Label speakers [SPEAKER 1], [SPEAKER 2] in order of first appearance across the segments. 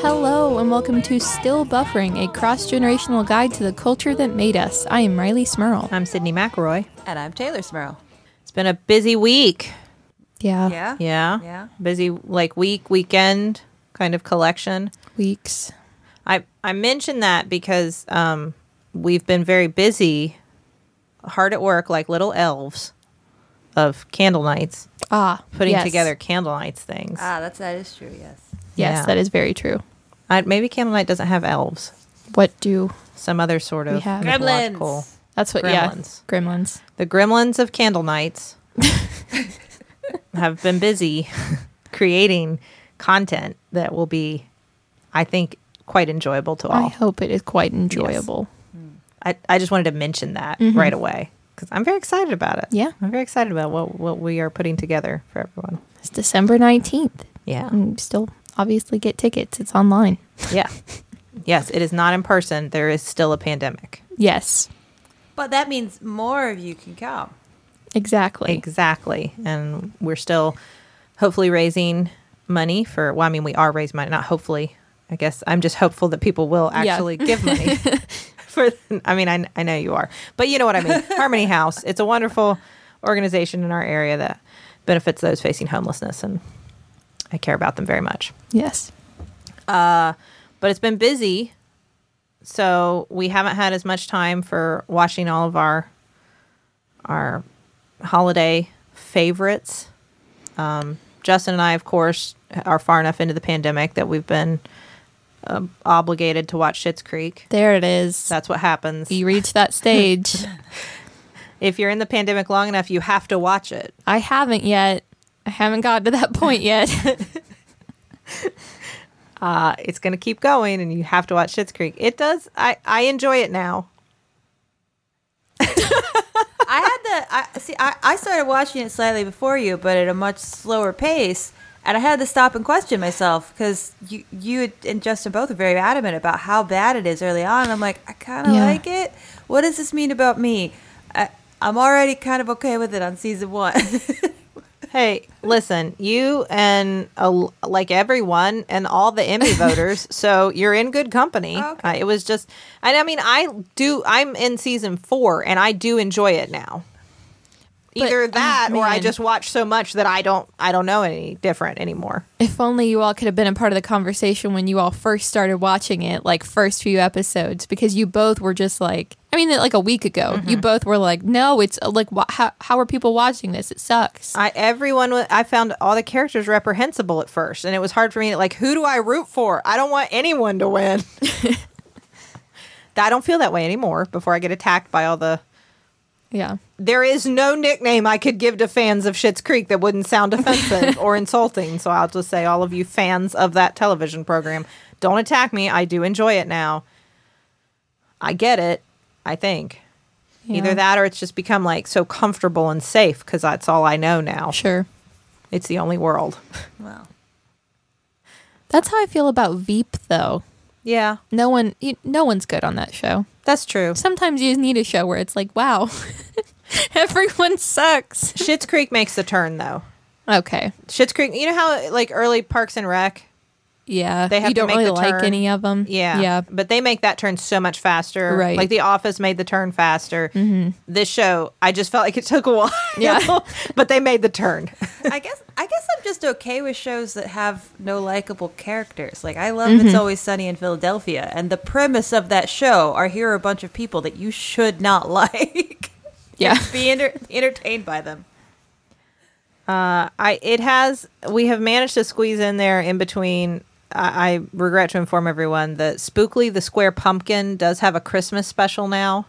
[SPEAKER 1] Hello, and welcome to Still Buffering, a cross generational guide to the culture that made us. I am Riley Smurl.
[SPEAKER 2] I'm Sydney McElroy.
[SPEAKER 3] And I'm Taylor Smurl.
[SPEAKER 2] It's been a busy week.
[SPEAKER 1] Yeah.
[SPEAKER 3] Yeah.
[SPEAKER 2] Yeah.
[SPEAKER 3] Yeah.
[SPEAKER 2] Busy like week, weekend kind of collection.
[SPEAKER 1] Weeks.
[SPEAKER 2] I I mention that because um we've been very busy, hard at work like little elves of candle nights,
[SPEAKER 1] Ah.
[SPEAKER 2] putting
[SPEAKER 1] yes. Uh,
[SPEAKER 2] together candle nights things.
[SPEAKER 3] Ah, that's that is true. Yes.
[SPEAKER 1] Yes,
[SPEAKER 2] Yeah.
[SPEAKER 1] that is very true.
[SPEAKER 2] I, maybe candle night doesn't have elves.
[SPEAKER 1] What do.
[SPEAKER 2] Some other sort of
[SPEAKER 1] We have-
[SPEAKER 2] mythological-
[SPEAKER 1] That's what.
[SPEAKER 2] Gremlins.
[SPEAKER 1] Yeah. Gremlins.
[SPEAKER 2] The gremlins of candle nights have been busy creating content that will be, I think, quite enjoyable to
[SPEAKER 1] I
[SPEAKER 2] all.
[SPEAKER 1] hope it is quite enjoyable.
[SPEAKER 2] I, I just wanted to mention that right away because I'm very excited about it.
[SPEAKER 1] Mm-hmm. Yeah.
[SPEAKER 2] I'm very excited about what, what we are putting together for everyone.
[SPEAKER 1] It's December 19th.
[SPEAKER 2] Yeah.
[SPEAKER 1] And you still obviously get tickets, it's online.
[SPEAKER 2] Yeah. yes, it is not in person. There is still a pandemic.
[SPEAKER 1] Yes,
[SPEAKER 3] But that means more of you can come.
[SPEAKER 1] exactly.
[SPEAKER 2] Exactly. And we're still hopefully raising money for, well, I mean, we are raising money, not hopefully. I guess I'm just hopeful that people will
[SPEAKER 1] Yeah.
[SPEAKER 2] actually give money for, I mean, I, I know you are, but you know what I mean. Harmony House, it's a wonderful organization in our area that benefits those facing homelessness, and I care about them very much.
[SPEAKER 1] yes.
[SPEAKER 2] But it's been busy, so we haven't had as much time for watching all of our our holiday favorites. Um, Justin and I, of course, are far enough into the pandemic that we've been um, obligated to watch Schitt's Creek.
[SPEAKER 1] There it is.
[SPEAKER 2] That's what happens.
[SPEAKER 1] you reach that stage.
[SPEAKER 2] If you're in the pandemic long enough, you have to watch it.
[SPEAKER 1] I haven't yet. I haven't gotten to that point yet.
[SPEAKER 2] Uh, it's going to keep going, and you have to watch Schitt's Creek. It does. I, I enjoy it now.
[SPEAKER 3] I had the I see I, I started watching it slightly before you, but at a much slower pace. And I had to stop and question myself because you, you and Justin both are very adamant about how bad it is early on. I'm like, I kind of
[SPEAKER 1] Yeah.
[SPEAKER 3] like it. What does this mean about me? I, I'm already kind of okay with it on season one.
[SPEAKER 2] Hey, listen, you and uh, like everyone and all the Emmy voters, so you're in good company.
[SPEAKER 1] Oh,
[SPEAKER 3] Okay.
[SPEAKER 2] Uh, it was just, and I mean, I do. I'm in season four, and I do enjoy it now.
[SPEAKER 1] But-
[SPEAKER 2] Either
[SPEAKER 1] oh,
[SPEAKER 2] that, or I
[SPEAKER 1] man.
[SPEAKER 2] just watch so much that I don't, I don't know any different anymore.
[SPEAKER 1] if only you all could have been a part of the conversation when you all first started watching it, like first few episodes, because you both were just like, I mean, like a week ago,
[SPEAKER 2] Mm-hmm.
[SPEAKER 1] you both were like, no, it's uh, like, wha- how, how are people watching this? It sucks.
[SPEAKER 2] I everyone wa- I found all the characters reprehensible at first, and it was hard for me. to Like, who do I root for? I don't want anyone to win. I don't feel that way anymore. Before I get attacked by all the
[SPEAKER 1] yeah.
[SPEAKER 2] there is no nickname I could give to fans of Schitt's Creek that wouldn't sound offensive or insulting. So I'll just say, all of you fans of that television program, don't attack me. I do enjoy it now. I get it. I think
[SPEAKER 1] Yeah.
[SPEAKER 2] either that or it's just become like so comfortable and safe because that's all I know now.
[SPEAKER 1] Sure.
[SPEAKER 2] It's the only world.
[SPEAKER 3] well,
[SPEAKER 1] That's how I feel about Veep, though.
[SPEAKER 2] Yeah,
[SPEAKER 1] No one, you, no one's good on that show.
[SPEAKER 2] that's true.
[SPEAKER 1] Sometimes you just need a show where it's like, wow, everyone sucks.
[SPEAKER 2] Schitt's Creek makes the turn though.
[SPEAKER 1] Okay.
[SPEAKER 2] Schitt's Creek, you know how like early Parks and Rec.
[SPEAKER 1] Yeah.
[SPEAKER 2] They have
[SPEAKER 1] you
[SPEAKER 2] to
[SPEAKER 1] don't
[SPEAKER 2] make
[SPEAKER 1] really
[SPEAKER 2] the
[SPEAKER 1] like
[SPEAKER 2] turn.
[SPEAKER 1] any of them.
[SPEAKER 2] Yeah.
[SPEAKER 1] Mm-hmm. Yeah.
[SPEAKER 2] But they make that turn so much faster.
[SPEAKER 1] Right. Mm-hmm.
[SPEAKER 2] Like The Office made the turn faster. This show, I just felt like it took a while.
[SPEAKER 1] Yeah.
[SPEAKER 2] but they made the turn.
[SPEAKER 3] I guess I guess I'm just okay with shows that have no likable characters. Like I love It's Always Sunny in Philadelphia, and the premise of that show are here are a bunch of people that you should not like.
[SPEAKER 1] Yeah.
[SPEAKER 3] be, enter- be entertained by them.
[SPEAKER 2] I it has we have managed to squeeze in there in between. I, I regret to inform everyone that Spookly the Square Pumpkin does have a Christmas special now.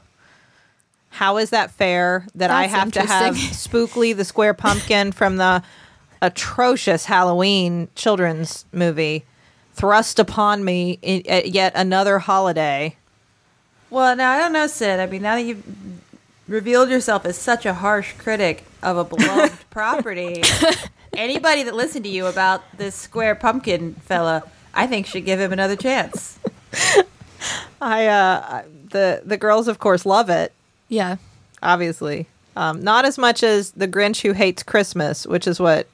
[SPEAKER 2] How is that fair that I
[SPEAKER 1] That's
[SPEAKER 2] have to have Spookly the Square Pumpkin from the atrocious Halloween children's movie thrust upon me i- at yet another holiday?
[SPEAKER 3] Well, now I don't know, Sid. I mean, now that you've revealed yourself as such a harsh critic of a beloved property, anybody that listened to you about this square pumpkin fella, I think should give him another chance.
[SPEAKER 2] I uh the the girls of course love it.
[SPEAKER 1] Yeah.
[SPEAKER 2] obviously. Um, not as much as the Grinch who hates Christmas, which is what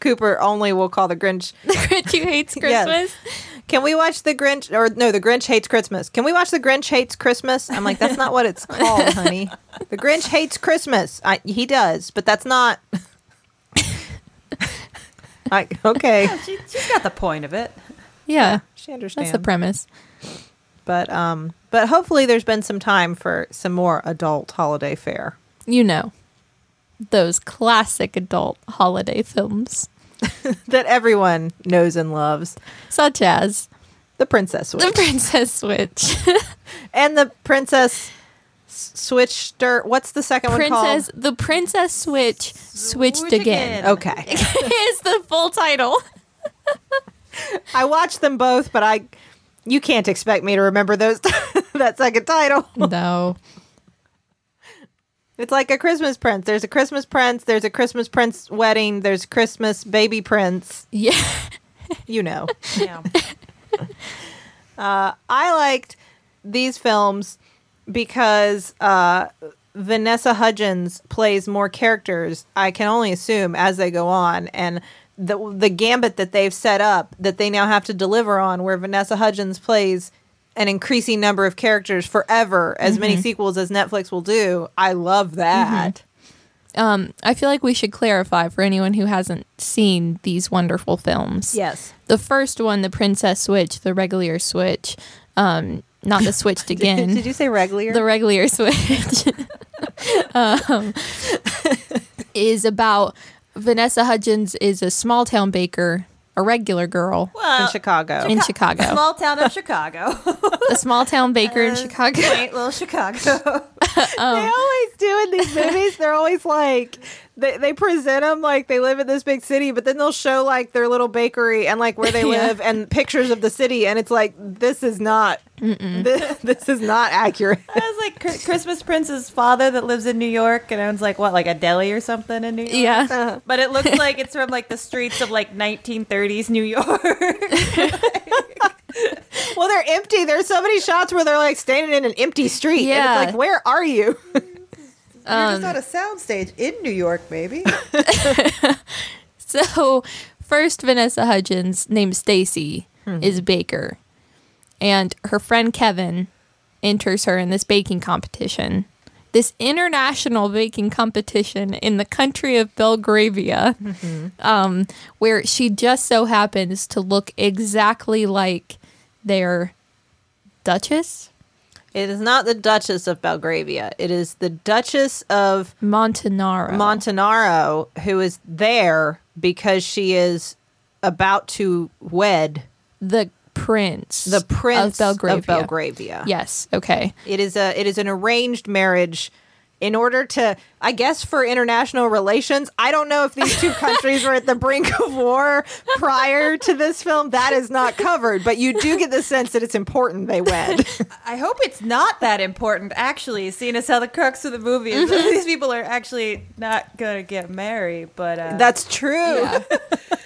[SPEAKER 2] Cooper only will call the Grinch.
[SPEAKER 1] The Grinch who hates Christmas.
[SPEAKER 2] Yes. Can we watch The Grinch? Or no, The Grinch Hates Christmas. Can we watch The Grinch Hates Christmas? I'm like, that's not what it's called, honey. The Grinch Hates Christmas. I, he does, but that's not. I, okay,
[SPEAKER 3] She, she's got the point of it.
[SPEAKER 1] Yeah,
[SPEAKER 2] she
[SPEAKER 1] that's
[SPEAKER 2] understands.
[SPEAKER 1] the premise.
[SPEAKER 2] but um, but hopefully there's been some time for some more adult holiday fare.
[SPEAKER 1] You know, those classic adult holiday films,
[SPEAKER 2] that everyone knows and loves
[SPEAKER 1] such as
[SPEAKER 2] the Princess Switch
[SPEAKER 1] The Princess Switch,
[SPEAKER 2] and the Princess S- Switch. Stir- What's the second
[SPEAKER 1] Princess, the Princess Switch switched
[SPEAKER 3] Switch
[SPEAKER 1] again.
[SPEAKER 2] one called? Okay,
[SPEAKER 1] is the full title.
[SPEAKER 2] I watched them both, but I you can't expect me to remember those that second title.
[SPEAKER 1] No.
[SPEAKER 2] It's like a Christmas Prince. There's a Christmas Prince. There's a Christmas Prince wedding. There's Christmas baby Prince.
[SPEAKER 1] Yeah.
[SPEAKER 2] You know.
[SPEAKER 3] Yeah.
[SPEAKER 2] I liked these films because uh, Vanessa Hudgens plays more characters. I can only assume as they go on, and the the gambit that they've set up that they now have to deliver on, where Vanessa Hudgens plays an increasing number of characters forever, as many sequels as Netflix will do. I love that.
[SPEAKER 1] Um, I feel like we should clarify for anyone who hasn't seen these wonderful films.
[SPEAKER 2] Yes.
[SPEAKER 1] The first one, the Princess Switch, the regular Switch, um, not the Switched Again.
[SPEAKER 2] Did you say regular?
[SPEAKER 1] the regular switch um, is about Vanessa Hudgens is a small town baker, a regular girl
[SPEAKER 2] in
[SPEAKER 3] Well,
[SPEAKER 2] Chicago.
[SPEAKER 1] in Chicago,
[SPEAKER 3] small town of Chicago.
[SPEAKER 1] a small town baker in Chicago.
[SPEAKER 3] Quaint little Chicago.
[SPEAKER 2] They always do in these movies. They're always like they, they present them like they live in this big city, but then they'll show like their little bakery and like where they
[SPEAKER 1] Yeah.
[SPEAKER 2] live and pictures of the city, and it's like this is not this, this is not accurate.
[SPEAKER 3] I was like Chri- Christmas Prince's father that lives in New York and owns like what, like a deli or something in New York.
[SPEAKER 1] Yeah,
[SPEAKER 3] But it looks like it's from like the streets of like 1930s New York.
[SPEAKER 2] Well, they're empty. There's so many shots where they're like standing in an empty street. and
[SPEAKER 1] Yeah.
[SPEAKER 2] it's like where are you? Um.
[SPEAKER 4] You're just on a soundstage in New York, maybe.
[SPEAKER 1] So, first, Vanessa Hudgens, named Stacy,
[SPEAKER 2] Hmm.
[SPEAKER 1] is a baker, and her friend Kevin enters her in this baking competition, this international baking competition in the country of Belgravia,
[SPEAKER 2] Mm-hmm.
[SPEAKER 1] um, where she just so happens to look exactly like their Duchess
[SPEAKER 2] It is not the Duchess of Belgravia. It is the Duchess of
[SPEAKER 1] Montanaro.
[SPEAKER 2] Montanaro, who is there because she is about to wed
[SPEAKER 1] the prince,
[SPEAKER 2] the prince
[SPEAKER 1] of Belgravia.
[SPEAKER 2] Of Belgravia.
[SPEAKER 1] Yes. Okay.
[SPEAKER 2] It is a it is an arranged marriage in order to I guess for international relations. I don't know if these two countries were at the brink of war prior to this film. That is not covered, but you do get the sense that it's important they wed.
[SPEAKER 3] I hope it's not that important, actually, seeing as how the crux of the movie is that these people are actually not going to get married. But uh,
[SPEAKER 2] That's true.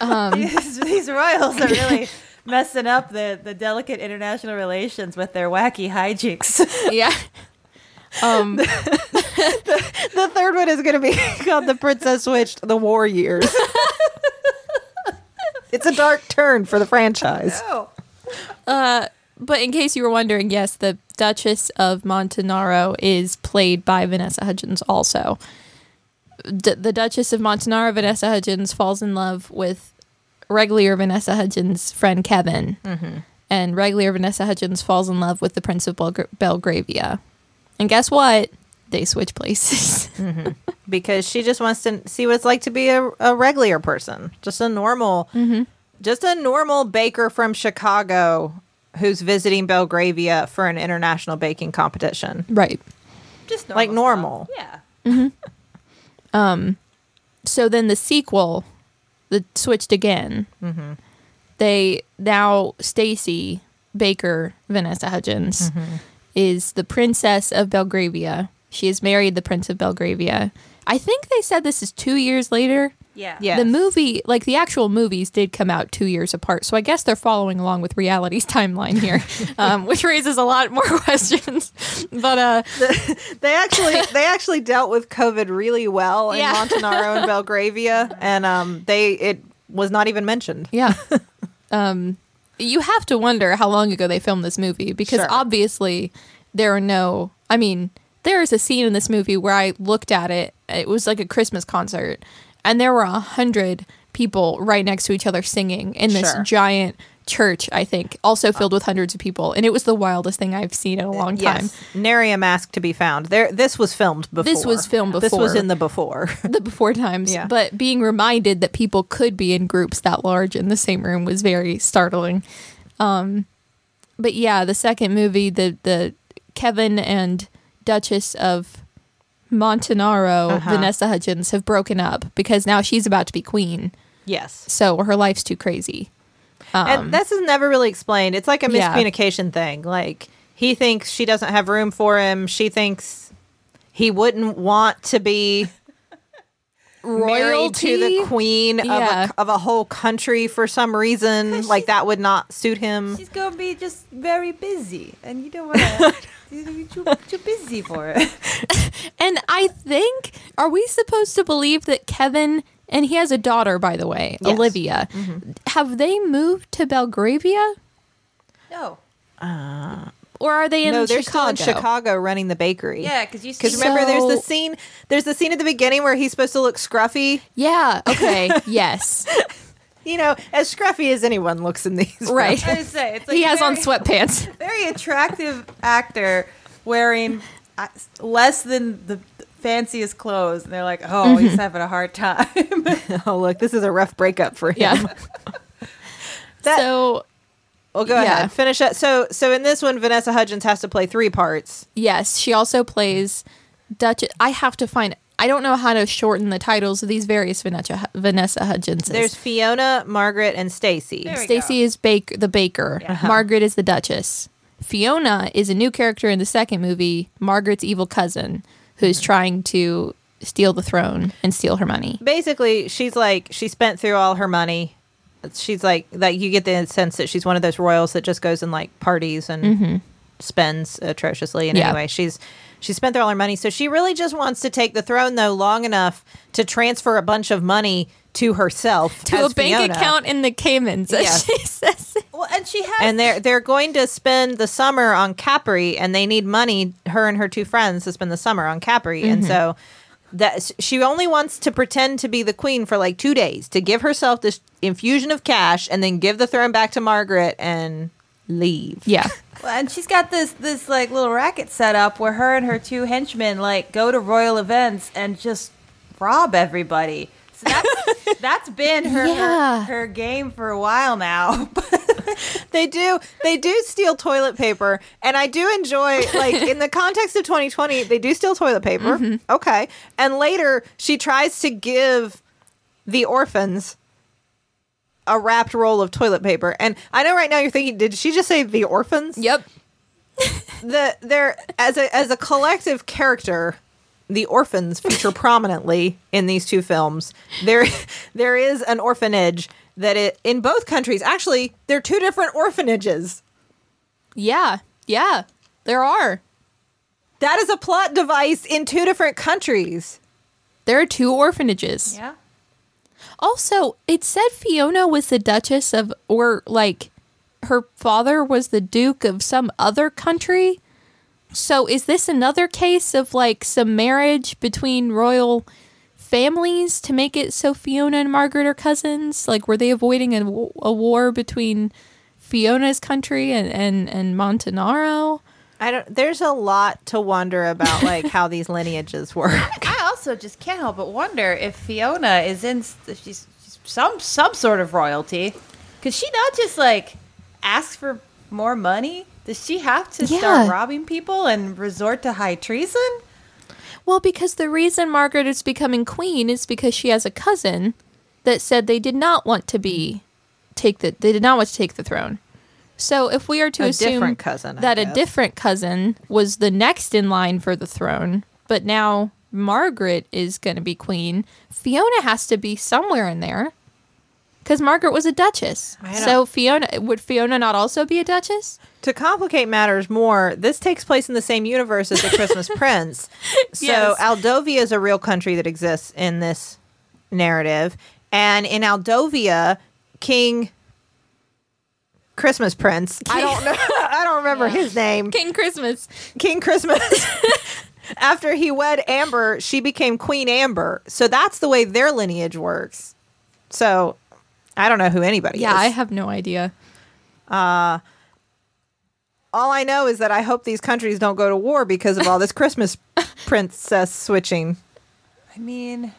[SPEAKER 3] these, these royals are really messing up the, the delicate international relations with their wacky hijinks.
[SPEAKER 1] Yeah. Um.
[SPEAKER 2] The third one is going to be called The Princess Switched The War Years. it's a dark turn for the franchise.
[SPEAKER 3] oh.
[SPEAKER 1] But in case you were wondering, yes, the Duchess of Montanaro is played by Vanessa Hudgens also. D- the Duchess of Montanaro, Vanessa Hudgens, falls in love with regular Vanessa Hudgens' friend Kevin. And regular Vanessa Hudgens falls in love with the Prince of Belgra- Belgravia. And guess what? They switch places.
[SPEAKER 2] because she just wants to see what it's like to be a, a regular person, just a normal,
[SPEAKER 1] Mm-hmm.
[SPEAKER 2] just a normal baker from Chicago who's visiting Belgravia for an international baking competition.
[SPEAKER 1] right.
[SPEAKER 3] Just normal
[SPEAKER 2] Like
[SPEAKER 3] stuff.
[SPEAKER 2] normal.
[SPEAKER 3] Yeah.
[SPEAKER 1] so then the sequel the switched again they now stacy baker vanessa hudgens is the princess of belgravia she has married the prince of belgravia i think they said this is two years later
[SPEAKER 3] Yeah.
[SPEAKER 2] Yeah.
[SPEAKER 1] the
[SPEAKER 2] Yes.
[SPEAKER 1] movie like the actual movies did come out two years apart so i guess they're following along with reality's timeline here um, which raises a lot more questions but uh
[SPEAKER 2] They actually they actually dealt with COVID really well in
[SPEAKER 1] Yeah.
[SPEAKER 2] Montanaro and Belgravia, and um, they it was not even mentioned.
[SPEAKER 1] Yeah. um, you have to wonder how long ago they filmed this movie because
[SPEAKER 2] Sure.
[SPEAKER 1] obviously there are no. I mean, there is a scene in this movie where I looked at it. It was like a Christmas concert, and there were a hundred people right next to each other singing in this
[SPEAKER 2] Sure. Uh.
[SPEAKER 1] giant church. I think also filled with hundreds of people, and it was the wildest thing I've seen in a long time.
[SPEAKER 2] Yes, nary a mask to be found. There, this was filmed before.
[SPEAKER 1] This was filmed
[SPEAKER 2] This was
[SPEAKER 1] before.
[SPEAKER 2] in the before.
[SPEAKER 1] the before times,
[SPEAKER 2] Yeah.
[SPEAKER 1] but being reminded that people could be in groups that large in the same room was very startling. Um, but yeah, the second movie, the the Kevin and Duchess of Montanaro,
[SPEAKER 2] Uh-huh.
[SPEAKER 1] Vanessa Hudgens, have broken up because now she's about to be queen,
[SPEAKER 2] yes,
[SPEAKER 1] so her life's too crazy.
[SPEAKER 2] and this is never really explained. It's like a
[SPEAKER 1] Um, Yeah.
[SPEAKER 2] miscommunication thing. Like he thinks she doesn't have room for him. She thinks he wouldn't want to be married to the queen
[SPEAKER 1] Yeah.
[SPEAKER 2] of, a, of a whole country for some reason. Like that would not suit him.
[SPEAKER 3] She's gonna be just very busy, and you don't want to. You're too, too busy for it.
[SPEAKER 1] And I think, are we supposed to believe that Kevin and he has a daughter, by the way,
[SPEAKER 2] Yes. Mm-hmm.
[SPEAKER 1] Olivia? Have they moved to Belgravia,
[SPEAKER 3] No.
[SPEAKER 1] or are they in
[SPEAKER 2] no, they're
[SPEAKER 1] Chicago?
[SPEAKER 2] still in Chicago running the bakery.
[SPEAKER 3] Yeah, because you
[SPEAKER 2] Because
[SPEAKER 3] see-
[SPEAKER 2] remember, there's the
[SPEAKER 1] So-
[SPEAKER 2] scene. There's the scene at the beginning where he's supposed to look scruffy.
[SPEAKER 1] Yeah. Okay. yes.
[SPEAKER 2] You know, as scruffy as anyone looks in these.
[SPEAKER 1] Right.
[SPEAKER 3] I was gonna say, it's like
[SPEAKER 1] he has on
[SPEAKER 3] very-
[SPEAKER 1] sweatpants.
[SPEAKER 3] very attractive actor wearing uh, less than the fanciest clothes and they're like oh he's having a hard time
[SPEAKER 2] films. Oh, look, this is a rough breakup for him.
[SPEAKER 1] Yeah.
[SPEAKER 2] That-
[SPEAKER 1] so
[SPEAKER 2] Well, go
[SPEAKER 1] Yeah.
[SPEAKER 2] ahead. Finish that. So, so in this one, Vanessa Hudgens has to play three parts.
[SPEAKER 1] yes, she also plays Dutch. I have to find. I don't know how to shorten the titles of these various Vanessa Vanessa Hudgenses.
[SPEAKER 2] There's Fiona, Margaret, and Stacy.
[SPEAKER 3] There we go.
[SPEAKER 1] Stacy is bake the baker.
[SPEAKER 2] Uh-huh.
[SPEAKER 1] Margaret is the Duchess. Fiona is a new character in the second movie. Margaret's evil cousin, who's
[SPEAKER 2] Mm-hmm.
[SPEAKER 1] trying to steal the throne and steal her money.
[SPEAKER 2] Basically, she's like she spent through all her money. She's like that. You get the sense that she's one of those royals that just goes and like parties and spends atrociously. And
[SPEAKER 1] Mm-hmm. Yeah.
[SPEAKER 2] anyway, she's she spent through all her money, so she really just wants to take the throne though long enough to transfer a bunch of money to herself
[SPEAKER 1] To
[SPEAKER 2] as
[SPEAKER 1] a bank
[SPEAKER 2] Fiona.
[SPEAKER 1] account in the Caymans, as
[SPEAKER 2] Yes.
[SPEAKER 1] she says.
[SPEAKER 3] well and she has
[SPEAKER 2] and they're they're going to spend the summer on Capri, and they need money. Her and her two friends to spend the summer on Capri, and
[SPEAKER 3] Mm-hmm.
[SPEAKER 2] so that she only wants to pretend to be the queen for like two days to give herself this infusion of cash, and then give the throne back to Margaret and leave.
[SPEAKER 1] Yeah.
[SPEAKER 3] Well, and she's got this this like little racket set up where her and her two henchmen like go to royal events and just rob everybody. So that's that's been her,
[SPEAKER 1] Yeah.
[SPEAKER 3] her her game for a while now.
[SPEAKER 2] They do they do steal toilet paper, and I do enjoy like in the context of 2020, they do steal toilet paper.
[SPEAKER 3] Mm-hmm.
[SPEAKER 2] Okay, and later she tries to give the orphans a wrapped roll of toilet paper, and I know right now you're thinking, did she just say the orphans?
[SPEAKER 1] Yep.
[SPEAKER 2] The they're as a as a collective character. The orphans feature prominently in these two films. There, there is an orphanage that it, in both countries. Actually, they're two different orphanages.
[SPEAKER 1] Yeah. Yeah. There are.
[SPEAKER 2] That is a plot device in two different countries.
[SPEAKER 1] There are two orphanages.
[SPEAKER 3] yeah.
[SPEAKER 1] Also, it said Fiona was the Duchess of, or like her father was the Duke of some other country. So is this another case of like some marriage between royal families to make it so Fiona and Margaret are cousins? Like, were they avoiding a, w- a war between Fiona's country and, and, and Montanaro?
[SPEAKER 2] I don't. There's a lot to wonder about, like how these lineages work.
[SPEAKER 3] I also just can't help but wonder if Fiona is in if she's, she's some some sort of royalty. Could she not just like ask for more money? Does she have to
[SPEAKER 1] Yeah.
[SPEAKER 3] start robbing people and resort to high treason?
[SPEAKER 1] Well, because the reason Margaret is becoming queen is because she has a cousin that said they did not want to be take the they did not want to take the throne. So if we are to
[SPEAKER 2] A
[SPEAKER 1] assume
[SPEAKER 2] different cousin, I
[SPEAKER 1] that a
[SPEAKER 2] guess.
[SPEAKER 1] different cousin was the next in line for the throne, but now Margaret is going to be queen, Fiona has to be somewhere in there because Margaret was a duchess. So Fiona would Fiona not also be a duchess?
[SPEAKER 2] to complicate matters more, this takes place in the same universe as the Christmas Prince. So
[SPEAKER 1] Yes.
[SPEAKER 2] Aldovia is a real country that exists in this narrative, and in Aldovia, King Christmas Prince. I don't know. I don't remember his name.
[SPEAKER 1] King Christmas.
[SPEAKER 2] King Christmas. After he wed Amber, she became Queen Amber. So that's the way their lineage works. So I don't know who anybody
[SPEAKER 1] Yeah,
[SPEAKER 2] is.
[SPEAKER 1] I have no idea.
[SPEAKER 2] all I know is that I hope these countries don't go to war because of all this Christmas princess switching.
[SPEAKER 3] I mean,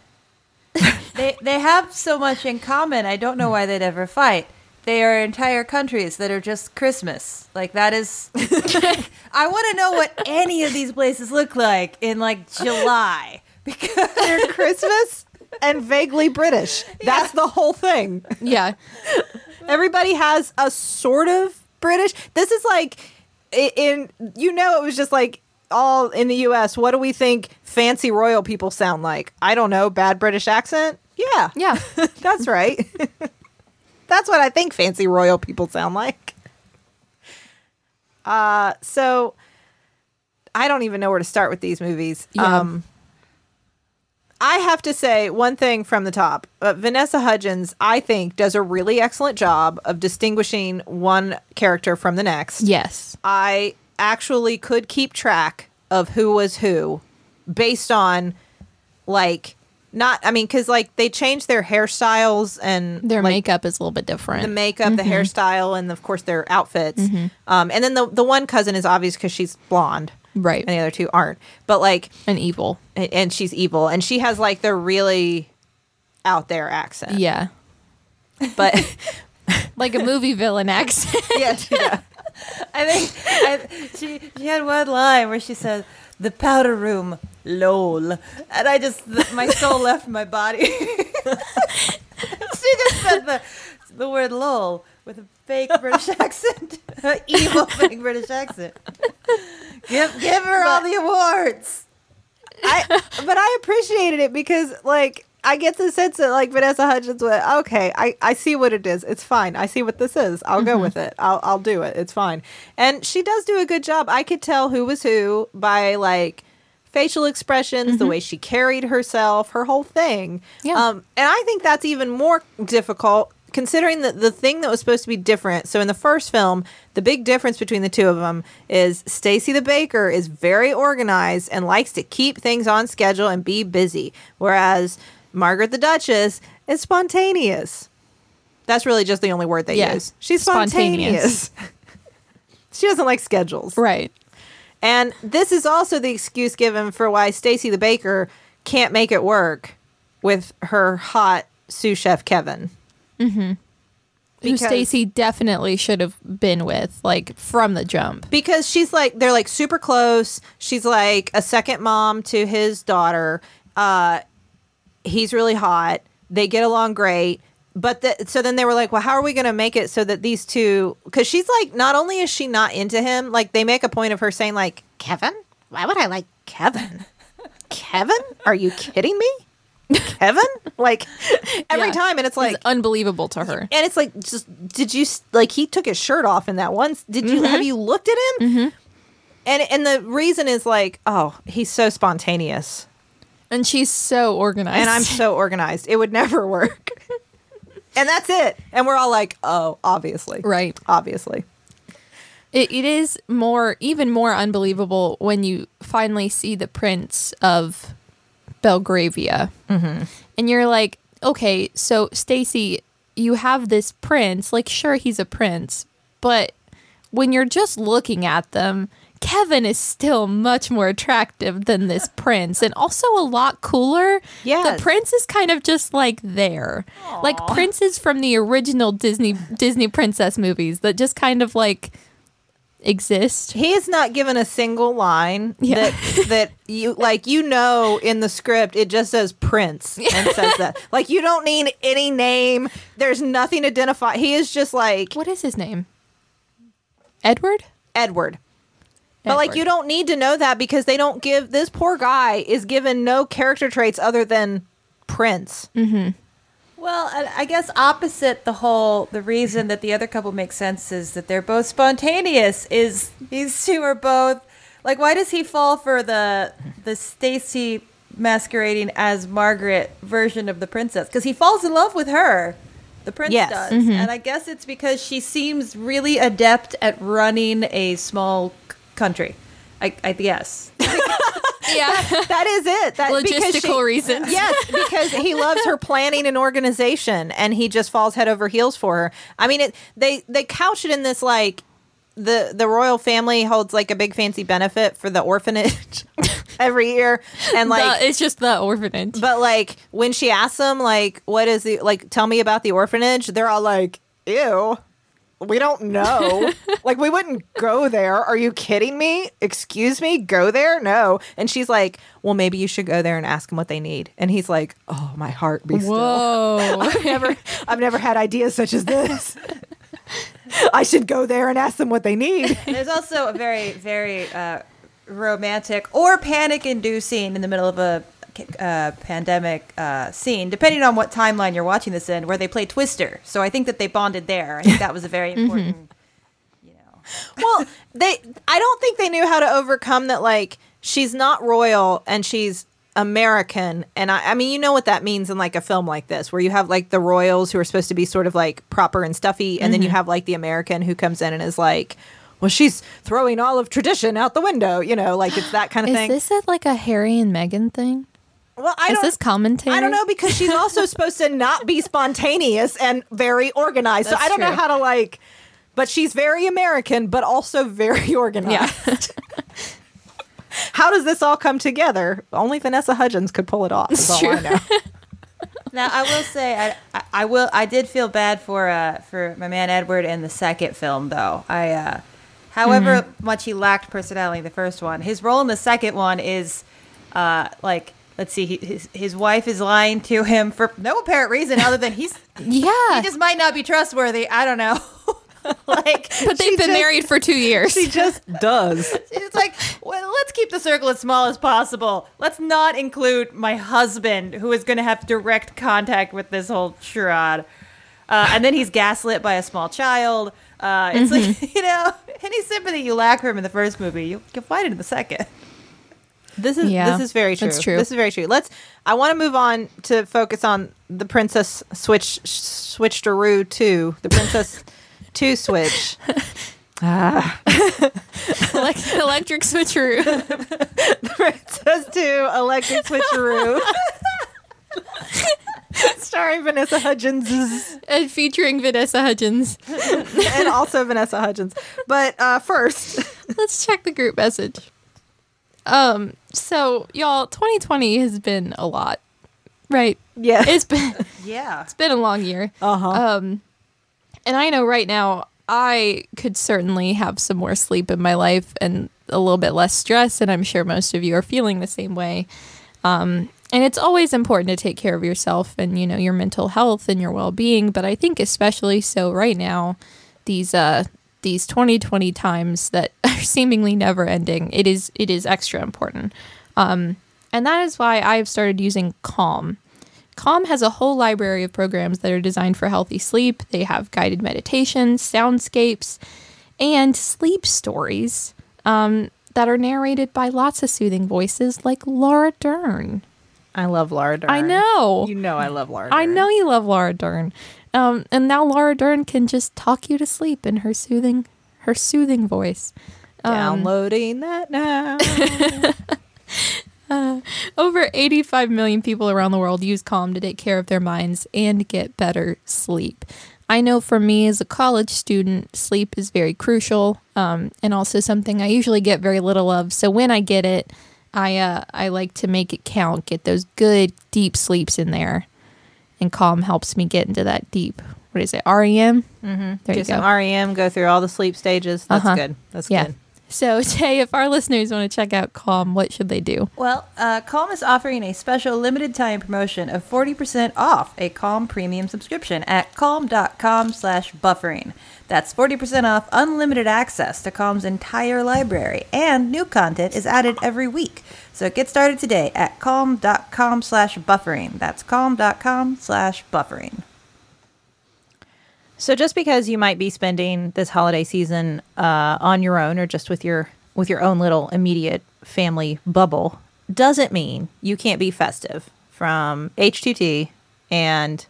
[SPEAKER 3] they they have so much in common. I don't know why they'd ever fight. They are entire countries that are just Christmas. Like that is. I want to know what any of these places look like in like July because
[SPEAKER 2] They're Christmas and vaguely British. That's the whole thing.
[SPEAKER 1] Yeah.
[SPEAKER 2] Everybody has a sort of British. This is like i- in you know it was just like all in the US. What do we think fancy royal people sound like? I don't know, bad British accent? Yeah.
[SPEAKER 1] Yeah.
[SPEAKER 2] That's right. That's what I think fancy royal people sound like. Uh so I don't even know where to start with these movies.
[SPEAKER 1] Yeah.
[SPEAKER 2] Um I have to say one thing from the top. Uh, Vanessa Hudgens, I think, does a really excellent job of distinguishing one character from the next.
[SPEAKER 1] yes.
[SPEAKER 2] I actually could keep track of who was who based on like not I mean cuz like they change their hairstyles and
[SPEAKER 1] Their mm-hmm.
[SPEAKER 2] like,
[SPEAKER 1] makeup is a little bit different.
[SPEAKER 2] the makeup, the hairstyle and of course their outfits.
[SPEAKER 1] Mm-hmm.
[SPEAKER 2] Um and then the the one cousin is obvious cuz she's blonde.
[SPEAKER 1] right.
[SPEAKER 2] And the other two aren't. But like
[SPEAKER 1] And evil.
[SPEAKER 2] and, and she's evil and she has like the really out there accent.
[SPEAKER 1] Yeah.
[SPEAKER 2] But
[SPEAKER 1] Like a movie villain accent.
[SPEAKER 2] yeah, she does.
[SPEAKER 3] I think I, she she had one line where she said the powder room lol, and I just my soul left my body. she just said the the word lol with a fake British accent, an evil fake British accent. Give give her all the awards.
[SPEAKER 2] I but I appreciated it because like I get the sense that like Vanessa Hudgens went, okay, I, I see what it is. It's fine. I see what this is. I'll go with it. I'll I'll do it. It's fine. And she does do a good job. I could tell who was who by like facial expressions, the way she carried herself, her whole thing.
[SPEAKER 1] Yeah.
[SPEAKER 2] Um and I think that's even more difficult considering that the thing that was supposed to be different. So in the first film, the big difference between the two of them is Stacy the baker is very organized and likes to keep things on schedule and be busy, whereas Margaret the Duchess is spontaneous. That's really just the only word they
[SPEAKER 1] Yeah.
[SPEAKER 2] use. She's
[SPEAKER 1] Spontaneous.
[SPEAKER 2] spontaneous. she doesn't like schedules.
[SPEAKER 1] right.
[SPEAKER 2] And this is also the excuse given for why Stacy the baker can't make it work with her hot sous chef Kevin.
[SPEAKER 1] Who
[SPEAKER 2] Because-
[SPEAKER 1] Stacy definitely should have been with, like from the jump.
[SPEAKER 2] because she's like they're like super close she's like a second mom to his daughter uh he's really hot they get along great but the, so then they were like well how are we going to make it so that these two because she's like not only is she not into him like they make a point of her saying like kevin why would i like kevin kevin are you kidding me kevin like every
[SPEAKER 1] Yeah.
[SPEAKER 2] time and it's like
[SPEAKER 1] It's unbelievable to her.
[SPEAKER 2] and it's like just did you s- like he took his shirt off in that one s- did you
[SPEAKER 1] Mm-hmm.
[SPEAKER 2] have you looked at him and and the reason is like oh he's so spontaneous
[SPEAKER 1] And she's so organized.
[SPEAKER 2] and i'm so organized it would never work and that's it and we're all like oh obviously
[SPEAKER 1] Right.
[SPEAKER 2] obviously
[SPEAKER 1] It, it is more, even more unbelievable when you finally see the prints of Belgravia, and you're like, okay, so Stacy, you have this prince. Like, sure, he's a prince, but when you're just looking at them, Kevin is still much more attractive than this prince, and also a lot cooler.
[SPEAKER 2] Yes.
[SPEAKER 1] the prince is kind of just like there, like princes from the original Disney Disney princess movies that just kind of like exist.
[SPEAKER 2] he is not given a single line
[SPEAKER 1] Yeah.
[SPEAKER 2] that that you like you know in the script it just says prince and says that like you don't need any name there's nothing to identify he is just like
[SPEAKER 1] What is his name? Edward.
[SPEAKER 2] Edward. But like
[SPEAKER 1] Edward.
[SPEAKER 2] you don't need to know that because they don't give this poor guy is given no character traits other than Prince.
[SPEAKER 1] Mm.
[SPEAKER 3] Well, I, I guess opposite the whole the reason that the other couple makes sense is that they're both spontaneous. Is these two are both like why does he fall for the the Stacy masquerading as Margaret version of the princess? Because he falls in love with her The prince
[SPEAKER 2] Yes.
[SPEAKER 3] does. And I guess it's because she seems really adept at running a small c- country. I, I guess.
[SPEAKER 1] yeah.
[SPEAKER 2] That is it. That, because
[SPEAKER 1] Logistical
[SPEAKER 2] she-
[SPEAKER 1] reasons.
[SPEAKER 2] Yes, because he loves her planning and organization, and he just falls head over heels for her. I mean, it, they they couch it in this like the the royal family holds like a big fancy benefit for the orphanage every year, and like
[SPEAKER 1] The- it's just the orphanage.
[SPEAKER 2] But like when she asks them, like, what is the like? Tell me about the orphanage. They're all like, ew. We don't know. like we wouldn't go there. Are you kidding me? Excuse me, go there? No. And she's like, "Well, maybe you should go there and ask them what they need." And he's like, "Oh, my heart be still.
[SPEAKER 1] Whoa.
[SPEAKER 2] I've never I've never had ideas such as this. I should go there and ask them what they need."
[SPEAKER 3] There's also a very, very uh, romantic or panic inducing in the middle of a uh, pandemic uh, scene, depending on what timeline you're watching this in, where they play Twister. So I think that they bonded there. I think that was a very important. you know.
[SPEAKER 2] well, they I don't think they knew how to overcome that like she's not royal and she's American and I, I mean you know what that means in like a film like this where you have like the royals who are supposed to be sort of like proper and stuffy and then you
[SPEAKER 1] Mm-hmm.
[SPEAKER 2] have like the American who comes in and is like well she's throwing all of tradition out the window you know like it's that kind of
[SPEAKER 1] Is
[SPEAKER 2] thing
[SPEAKER 1] this a, like a Harry and Meghan thing?
[SPEAKER 2] well I
[SPEAKER 1] Is
[SPEAKER 2] don't
[SPEAKER 1] this commentary?
[SPEAKER 2] I don't know because she's also supposed to not be spontaneous and very organized so
[SPEAKER 1] That's
[SPEAKER 2] I don't know
[SPEAKER 1] true.
[SPEAKER 2] how to like but she's very American but also very organized
[SPEAKER 1] Yeah.
[SPEAKER 2] How does this all come together? Only Vanessa Hudgens could pull it off. Is all
[SPEAKER 1] It's
[SPEAKER 2] I know.
[SPEAKER 3] Now I will say I, I, I will I did feel bad for uh for my man Edward in the second film though I uh however
[SPEAKER 1] Mm-hmm.
[SPEAKER 3] much he lacked personality in the first one his role in the second one is uh like let's see he, his his wife is lying to him for no apparent reason other than he's
[SPEAKER 1] yeah.
[SPEAKER 3] he just might not be trustworthy I don't know like
[SPEAKER 1] but they've
[SPEAKER 2] she
[SPEAKER 1] been
[SPEAKER 2] just-
[SPEAKER 1] married for two years.
[SPEAKER 2] She just does.
[SPEAKER 3] it's like well, let's keep the circle as small as possible let's not include my husband who is going to have direct contact with this whole charade uh, and then he's gaslit by a small child uh, it's like you know any sympathy you lack for him in the first movie you, you'll find it in the second
[SPEAKER 2] This is
[SPEAKER 1] Yeah,
[SPEAKER 2] this is very true.
[SPEAKER 1] that's true.
[SPEAKER 2] This is very true. Let's. I want to move on to focus on the Princess Switch Switcheroo two. The Princess two switch.
[SPEAKER 1] Elec- electric switcheroo.
[SPEAKER 2] Princess two electric switcheroo. Starring Vanessa Hudgens.
[SPEAKER 1] and featuring Vanessa Hudgens.
[SPEAKER 2] and also Vanessa Hudgens. But uh, first,
[SPEAKER 1] Let's check the group message. Um, so y'all, 2020 has been a lot, right?
[SPEAKER 2] yeah,
[SPEAKER 1] It's been it's
[SPEAKER 3] yeah
[SPEAKER 1] been a long year.
[SPEAKER 2] uh-huh.
[SPEAKER 1] Um, and I know right now I could certainly have some more sleep in my life and a little bit less stress, and I'm sure most of you are feeling the same way. Um, and it's always important to take care of yourself and you know your mental health and your well-being, but I think especially so right now, these uh these 2020 times that are seemingly never ending, it is it is extra important. Um, and that is why I've started using Calm. Calm has a whole library of programs that are designed for healthy sleep. They have guided meditations, soundscapes, and sleep stories um, that are narrated by lots of soothing voices like Laura Dern.
[SPEAKER 2] I love Laura Dern.
[SPEAKER 1] I know.
[SPEAKER 2] You know I love Laura.
[SPEAKER 1] I
[SPEAKER 2] Dern.
[SPEAKER 1] know you love Laura Dern. Um, and now Laura Dern can just talk you to sleep in her soothing her soothing voice.
[SPEAKER 2] Um, Downloading that now.
[SPEAKER 1] Over 85 million people around the world use Calm to take care of their minds and get better sleep. I know for me as a college student, sleep is very crucial um, and also something I usually get very little of. So when I get it, I, uh, I like to make it count, get those good deep sleeps in there. And Calm helps me get into that deep, what is it, REM? Mm-hmm. There
[SPEAKER 2] Do
[SPEAKER 1] you go.
[SPEAKER 2] some E REM. E Go through all the sleep stages. That's
[SPEAKER 1] Uh-huh.
[SPEAKER 2] good. That's
[SPEAKER 1] yeah.
[SPEAKER 2] good.
[SPEAKER 1] So, Jay, if our listeners want to check out Calm, what should they do?
[SPEAKER 3] Well, uh, Calm is offering a special limited time promotion of 40% off a Calm premium subscription at calm.com slash buffering. That's 40% off unlimited access to Calm's entire library, and new content is added every week. So get started today at calm.com slash buffering. That's calm.com slash buffering.
[SPEAKER 2] So just because you might be spending this holiday season uh, on your own or just with your with your own little immediate family bubble doesn't mean you can't be festive from H2T and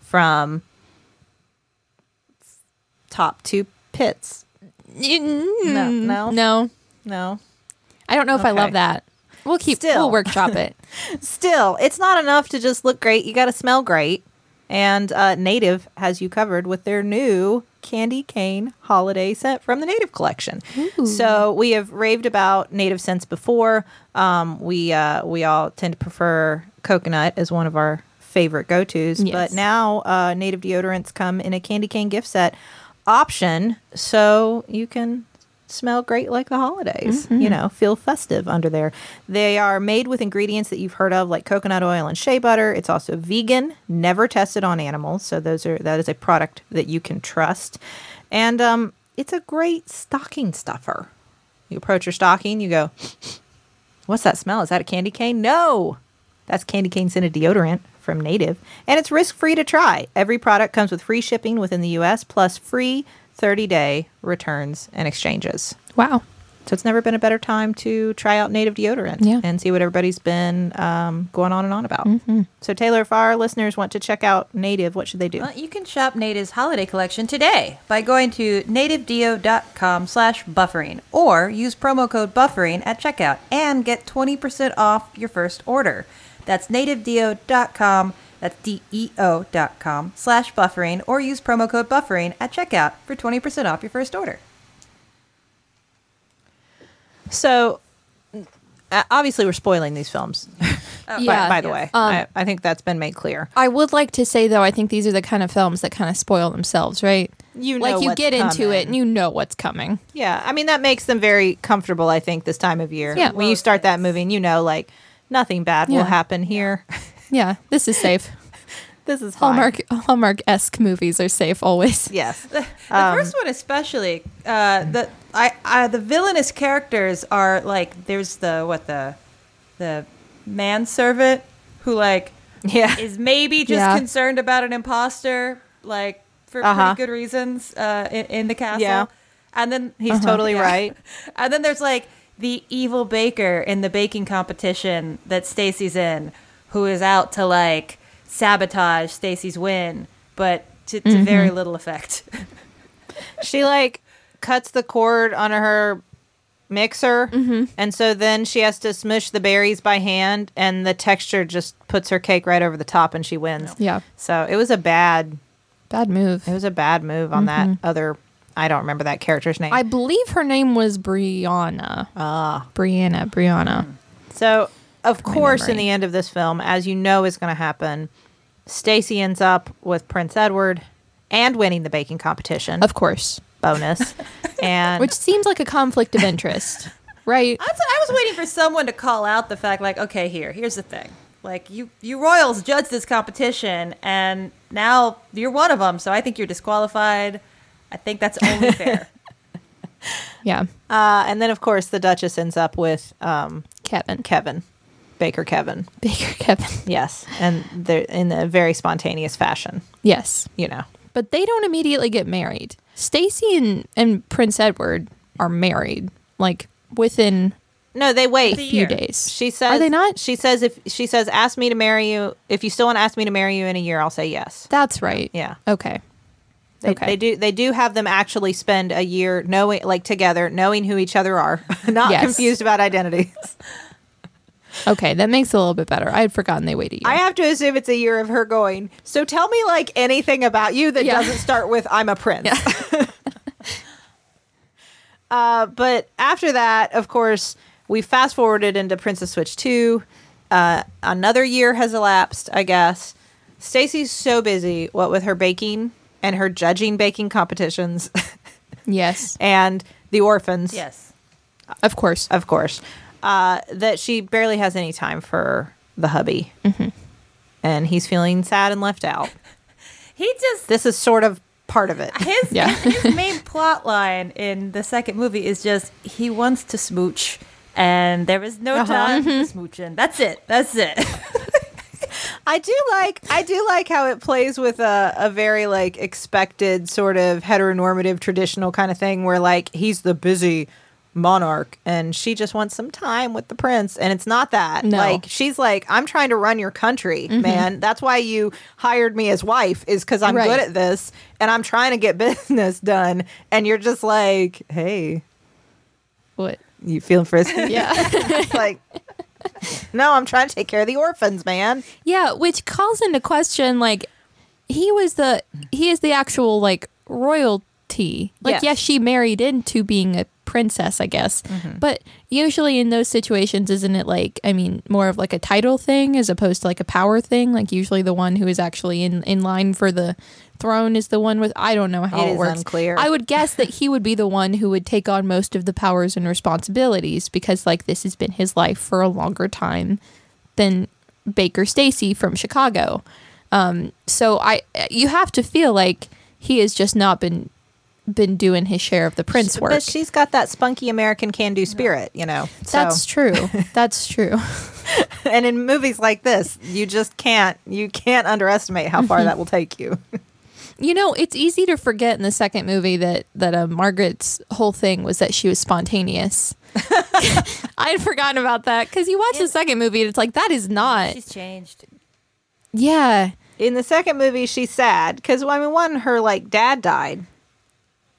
[SPEAKER 2] from top two pits.
[SPEAKER 1] No,
[SPEAKER 2] no.
[SPEAKER 1] no.
[SPEAKER 2] No.
[SPEAKER 1] I don't know if I love
[SPEAKER 2] Okay.
[SPEAKER 1] that. We'll keep.
[SPEAKER 2] Still.
[SPEAKER 1] We'll workshop it.
[SPEAKER 2] Still, it's not enough to just look great. You got to smell great. And uh, Native has you covered with their new candy cane holiday scent from the Native collection. So we have raved about Native scents before. Um, we uh, we all tend to prefer coconut as one of our favorite go tos,
[SPEAKER 1] Yes.
[SPEAKER 2] but now uh, Native deodorants come in a candy cane gift set option, so you can smell great like the holidays. You know, feel festive under there. They are made with ingredients that you've heard of, like coconut oil and shea butter. It's also vegan, never tested on animals, so those are that is a product that you can trust, and um, it's a great stocking stuffer. You approach your stocking, you go, What's that smell? Is that a candy cane? No. That's candy cane scented deodorant from Native, and it's risk free to try. Every product comes with free shipping within the US, plus free 30 day returns and exchanges.
[SPEAKER 1] Wow.
[SPEAKER 2] So it's never been a better time to try out native deodorant
[SPEAKER 1] Yeah. Mm-hmm.
[SPEAKER 2] and see what everybody's been um, going on and on about. So, Taylor, if our listeners want to check out native, what should they do?
[SPEAKER 3] Well, you can shop Native's holiday collection today by going to nativedeo.com slash buffering or use promo code buffering at checkout and get 20% off your first order. That's nativedeo.com, that's D-E-O dot com slash buffering or use promo code buffering at checkout for 20% off your first order.
[SPEAKER 2] So, uh, obviously, we're spoiling these films, Uh,
[SPEAKER 1] yeah.
[SPEAKER 2] by, by the
[SPEAKER 1] yes.
[SPEAKER 2] way.
[SPEAKER 1] Um,
[SPEAKER 2] I, I think that's been made clear.
[SPEAKER 1] I would like to say though, I think these are the kind of films that kind of spoil themselves, right?
[SPEAKER 2] You know
[SPEAKER 1] like you
[SPEAKER 2] what's
[SPEAKER 1] get into it
[SPEAKER 2] coming.
[SPEAKER 1] and you know what's coming.
[SPEAKER 2] Yeah, I mean that makes them very comfortable. I think this time of year,
[SPEAKER 1] Yeah.
[SPEAKER 2] when you start that movie, and you know, like nothing bad
[SPEAKER 1] Yeah.
[SPEAKER 2] will happen here.
[SPEAKER 1] Yeah, this is safe.
[SPEAKER 2] this is fine.
[SPEAKER 1] Hallmark Hallmark esque movies are safe always.
[SPEAKER 2] Yes,
[SPEAKER 3] The
[SPEAKER 2] Um,
[SPEAKER 3] first one especially, uh, the I, I the villainous characters are like there's the what the the manservant who like
[SPEAKER 2] yeah.
[SPEAKER 3] is maybe just
[SPEAKER 1] Yeah.
[SPEAKER 3] concerned about an imposter, like for
[SPEAKER 2] Uh-huh.
[SPEAKER 3] pretty good reasons, uh, in, in the castle.
[SPEAKER 2] Yeah.
[SPEAKER 3] And then Uh-huh.
[SPEAKER 2] He's totally right.
[SPEAKER 3] And then there's like the evil baker in the baking competition that Stacy's in, who is out to like sabotage Stacy's win, but to, to very
[SPEAKER 2] Mm-hmm.
[SPEAKER 3] little effect.
[SPEAKER 2] She like cuts the cord on her mixer,
[SPEAKER 1] Mm-hmm.
[SPEAKER 2] and so then she has to smush the berries by hand, and the texture just puts her cake right over the top, and she wins.
[SPEAKER 1] Yeah.
[SPEAKER 2] So it was a bad,
[SPEAKER 1] Bad move.
[SPEAKER 2] it was a bad move on
[SPEAKER 1] Mm-hmm.
[SPEAKER 2] that other. I don't remember that character's name.
[SPEAKER 1] I believe her name was Brianna. Ah. Brianna, Brianna.
[SPEAKER 2] Hmm. So, of course, in
[SPEAKER 1] memory.
[SPEAKER 2] the end of this film, as you know is going to happen, Stacy ends up with Prince Edward and winning the baking competition
[SPEAKER 1] Of course.
[SPEAKER 2] bonus. and
[SPEAKER 1] Which seems like a conflict of interest, right?
[SPEAKER 3] That's what I was waiting for someone to call out the fact, like, okay, here, here's the thing. Like you, you royals judge this competition, and now you're one of them. So I think you're disqualified. I think that's only fair.
[SPEAKER 1] Yeah.
[SPEAKER 2] uh, and then of course the Duchess ends up with um,
[SPEAKER 1] Kevin.
[SPEAKER 2] Kevin Baker Kevin.
[SPEAKER 1] Baker Kevin.
[SPEAKER 2] Yes, and they're in a very spontaneous fashion,
[SPEAKER 1] Yes.
[SPEAKER 2] you know.
[SPEAKER 1] But they don't immediately get married. Stacy and, and Prince Edward are married, like within
[SPEAKER 2] No, they wait.
[SPEAKER 1] a
[SPEAKER 3] The
[SPEAKER 1] few
[SPEAKER 3] year.
[SPEAKER 1] days.
[SPEAKER 2] She says
[SPEAKER 1] Are they not?
[SPEAKER 2] She says if she says ask me to marry you, if you still want to ask me to marry you in a year, I'll say yes.
[SPEAKER 1] That's right.
[SPEAKER 2] Yeah.
[SPEAKER 1] Okay.
[SPEAKER 2] They,
[SPEAKER 1] Okay.
[SPEAKER 2] they do. They do have them actually spend a year knowing, like together, knowing who each other are, not
[SPEAKER 1] Yes.
[SPEAKER 2] confused about identities.
[SPEAKER 1] Okay, that makes it a little bit better. I had forgotten they waited. a year.
[SPEAKER 2] I have to assume it's a year of her going. So tell me, like anything about you that
[SPEAKER 1] Yeah.
[SPEAKER 2] doesn't start with "I'm a prince." uh, but after that, of course, we fast forwarded into Princess Switch Two. Uh, another year has elapsed, I guess. Stacy's so busy, what with her baking and her judging baking competitions.
[SPEAKER 1] yes,
[SPEAKER 2] and the orphans,
[SPEAKER 3] yes.
[SPEAKER 1] of course.
[SPEAKER 2] of course, uh, that she barely has any time for the hubby. And he's feeling sad and left out.
[SPEAKER 3] He just
[SPEAKER 2] This is sort of part of it.
[SPEAKER 3] his
[SPEAKER 1] Yeah.
[SPEAKER 3] his main plot line in the second movie is just he wants to smooch, and there is no time for smooching. That's it. That's it.
[SPEAKER 2] I do like I do like how it plays with a, a very like expected sort of heteronormative traditional kind of thing where like he's the busy monarch and she just wants some time with the prince and it's not that
[SPEAKER 1] No. Mm-hmm.
[SPEAKER 2] like she's like i'm trying to run your country man that's why you hired me as wife is because i'm
[SPEAKER 1] Right.
[SPEAKER 2] good at this and i'm trying to get business done and you're just like hey
[SPEAKER 1] What?
[SPEAKER 2] you feeling frisky
[SPEAKER 1] Yeah.
[SPEAKER 2] It's like no i'm trying to take care of the orphans man
[SPEAKER 1] yeah, which calls into question like he was the he is the actual like royalty. Like
[SPEAKER 2] Yes.
[SPEAKER 1] yes, she married into being a princess, I guess. But usually in those situations isn't it like I mean more of like a title thing as opposed to like a power thing? Like usually the one who is actually in in line for the throne is the one with I don't know how
[SPEAKER 2] It
[SPEAKER 1] it,
[SPEAKER 2] is
[SPEAKER 1] works.
[SPEAKER 2] unclear.
[SPEAKER 1] I would guess that he would be the one who would take on most of the powers and responsibilities because like this has been his life for a longer time than Baker Stacy from Chicago. Um, so I you have to feel like he has just not been been doing his share of the prince work.
[SPEAKER 2] but she's got that spunky american can-do spirit you know so.
[SPEAKER 1] That's true. That's true.
[SPEAKER 2] and in movies like this you just can't you can't underestimate how far that will take you
[SPEAKER 1] You know, it's easy to forget in the second movie that that uh, Margaret's whole thing was that she was spontaneous. I had forgotten about that because you watch the second movie and it's like that is not.
[SPEAKER 3] She's changed.
[SPEAKER 1] Yeah,
[SPEAKER 2] in the second movie she's sad because i mean one her like dad died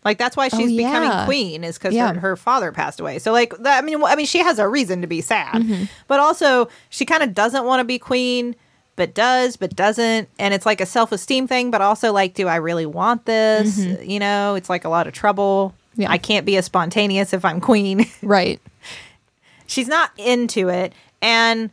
[SPEAKER 2] like that's why she's becoming
[SPEAKER 1] Oh, yeah.
[SPEAKER 2] queen is because
[SPEAKER 1] Yeah.
[SPEAKER 2] her, her father passed away so like that, i mean i mean she has a reason to be sad
[SPEAKER 1] Mm-hmm.
[SPEAKER 2] but also she kind of doesn't want to be queen but does but doesn't and it's like a self-esteem thing but also like do i really want this you know it's like a lot of trouble
[SPEAKER 1] Mm-hmm. Yeah.
[SPEAKER 2] i can't be as spontaneous if i'm queen
[SPEAKER 1] right.
[SPEAKER 2] she's not into it and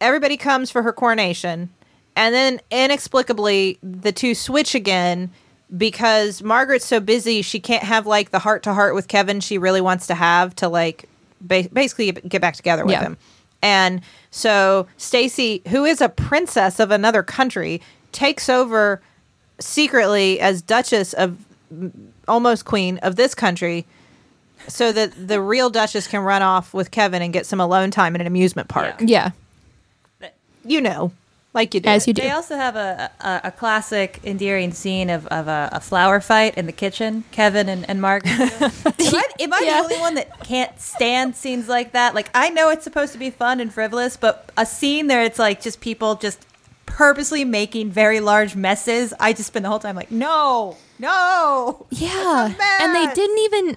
[SPEAKER 2] everybody comes for her coronation and then inexplicably the two switch again because margaret's so busy she can't have like the heart to heart with kevin she really wants to have to like ba- basically get back together with
[SPEAKER 1] Yeah.
[SPEAKER 2] him and so stacy who is a princess of another country takes over secretly as duchess of almost queen of this country so that the real Duchess can run off with Kevin and get some alone time in an amusement park.
[SPEAKER 1] Yeah,
[SPEAKER 2] You know, like you do.
[SPEAKER 1] as you do.
[SPEAKER 3] They also have a, a, a classic endearing scene of, of a, a flower fight in the kitchen. Kevin and, and Mark. am I, am I
[SPEAKER 1] Yeah.
[SPEAKER 3] the only one that can't stand scenes like that? Like, I know it's supposed to be fun and frivolous, but a scene there, it's like just people just purposely making very large messes. I just spend the whole time like, no,
[SPEAKER 1] Oh.
[SPEAKER 3] no.
[SPEAKER 1] Yeah.
[SPEAKER 3] It's a
[SPEAKER 1] And they
[SPEAKER 3] mess.
[SPEAKER 1] didn't even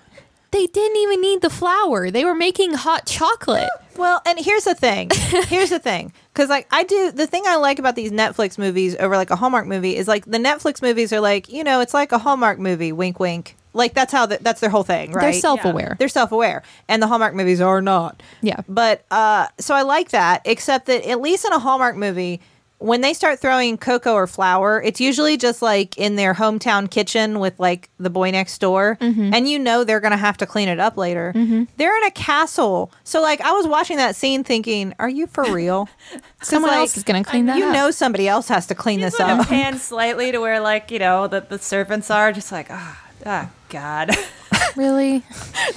[SPEAKER 1] they didn't even need the flour. They were making hot chocolate.
[SPEAKER 2] Well, and here's the thing. Here's the thing. Because, like, I do the thing I like about these Netflix movies over like a Hallmark movie is like the Netflix movies are like, you know, it's like a Hallmark movie, wink, wink. Like, that's how the, that's their whole thing, right?
[SPEAKER 1] They're self-aware.
[SPEAKER 2] They're self aware. And the Hallmark movies are not.
[SPEAKER 1] Yeah.
[SPEAKER 2] But uh so I like that, except that at least in a Hallmark movie, when they start throwing cocoa or flour, it's usually just like in their hometown kitchen with like the boy next door.
[SPEAKER 1] Mm-hmm.
[SPEAKER 2] And you know they're gonna have to clean it up later. They're in a castle. So like I was watching that scene thinking, Are you for real? 'Cause,
[SPEAKER 1] Someone
[SPEAKER 2] like,
[SPEAKER 1] else is going to clean that
[SPEAKER 2] you
[SPEAKER 1] up.
[SPEAKER 2] know somebody else has to clean this
[SPEAKER 3] Sort of
[SPEAKER 2] up.
[SPEAKER 3] pan slightly to where, like, you know, the, the servants are just like, ah, ah, God.
[SPEAKER 1] really?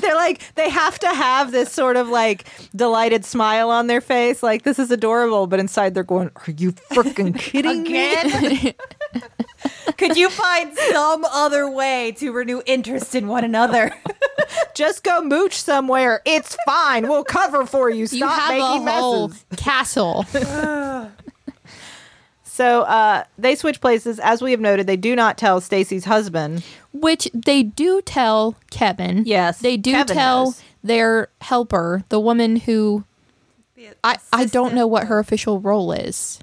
[SPEAKER 2] They're like they have to have this sort of like delighted smile on their face, like this is adorable, but inside they're going, "Are you freaking kidding me?"
[SPEAKER 3] Could you find some other way to renew interest in one another?
[SPEAKER 2] Just go mooch somewhere. It's fine. We'll cover for you. Stop
[SPEAKER 1] You have
[SPEAKER 2] making
[SPEAKER 1] a whole
[SPEAKER 2] messes.
[SPEAKER 1] castle.
[SPEAKER 2] So uh, they switch places. As we have noted, they do not tell Stacy's husband.
[SPEAKER 1] which they do tell Kevin.
[SPEAKER 2] Yes,
[SPEAKER 1] They do
[SPEAKER 2] Kevin
[SPEAKER 1] tell
[SPEAKER 2] knows.
[SPEAKER 1] their helper, the woman who I, I don't know what her official role is.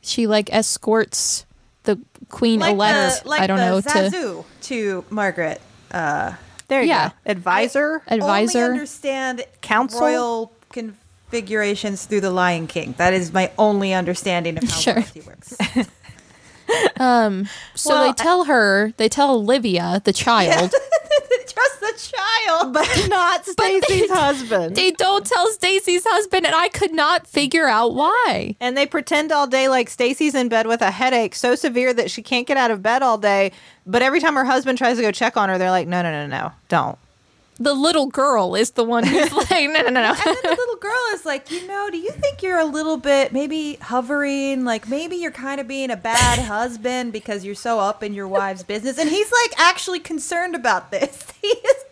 [SPEAKER 1] She like escorts the queen elect. I don't know to
[SPEAKER 3] Zazu to Margaret.
[SPEAKER 2] There you
[SPEAKER 1] Yeah.
[SPEAKER 2] go. Advisor.
[SPEAKER 1] advisor.
[SPEAKER 3] Only understand
[SPEAKER 2] Counsel?
[SPEAKER 3] royal configurations through the Lion King. That is my only understanding of how
[SPEAKER 1] Sure.
[SPEAKER 3] royalty works.
[SPEAKER 1] so
[SPEAKER 2] Well, I-
[SPEAKER 1] they tell her. They tell Olivia, the child.
[SPEAKER 3] Just the child.
[SPEAKER 2] but not Stacy's husband.
[SPEAKER 1] They don't tell Stacy's husband, and I could not figure out why.
[SPEAKER 2] and they pretend all day like Stacy's in bed with a headache so severe that she can't get out of bed all day. But every time her husband tries to go check on her, they're like, "No, no, no, no, don't."
[SPEAKER 1] The little girl is the one who's like, no, no, no, no.
[SPEAKER 3] And then the little girl is like, you know, do you think you're a little bit maybe hovering? Like maybe you're kind of being a bad husband because you're so up in your wife's business. And he's like actually concerned about this. He is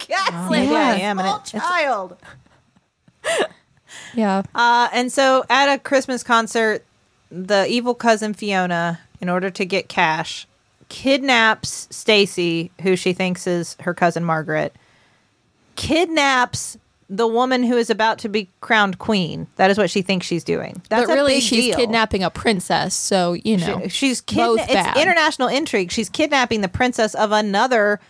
[SPEAKER 4] like
[SPEAKER 2] yeah, I
[SPEAKER 4] a
[SPEAKER 2] am, and
[SPEAKER 4] small
[SPEAKER 2] it- it's-
[SPEAKER 4] child.
[SPEAKER 1] Yeah.
[SPEAKER 2] Uh, and so at a Christmas concert, the evil cousin Fiona, in order to get cash, kidnaps Stacy, who she thinks is her cousin Margaret, kidnaps the woman who is about to be crowned queen. That is what she thinks she's doing. That's
[SPEAKER 1] but
[SPEAKER 2] a
[SPEAKER 1] really,
[SPEAKER 2] big
[SPEAKER 1] she's
[SPEAKER 2] deal.
[SPEAKER 1] kidnapping a princess. So, you know.
[SPEAKER 2] She's
[SPEAKER 1] Both
[SPEAKER 2] kidna-
[SPEAKER 1] bad.
[SPEAKER 2] it's international intrigue. She's kidnapping the princess of another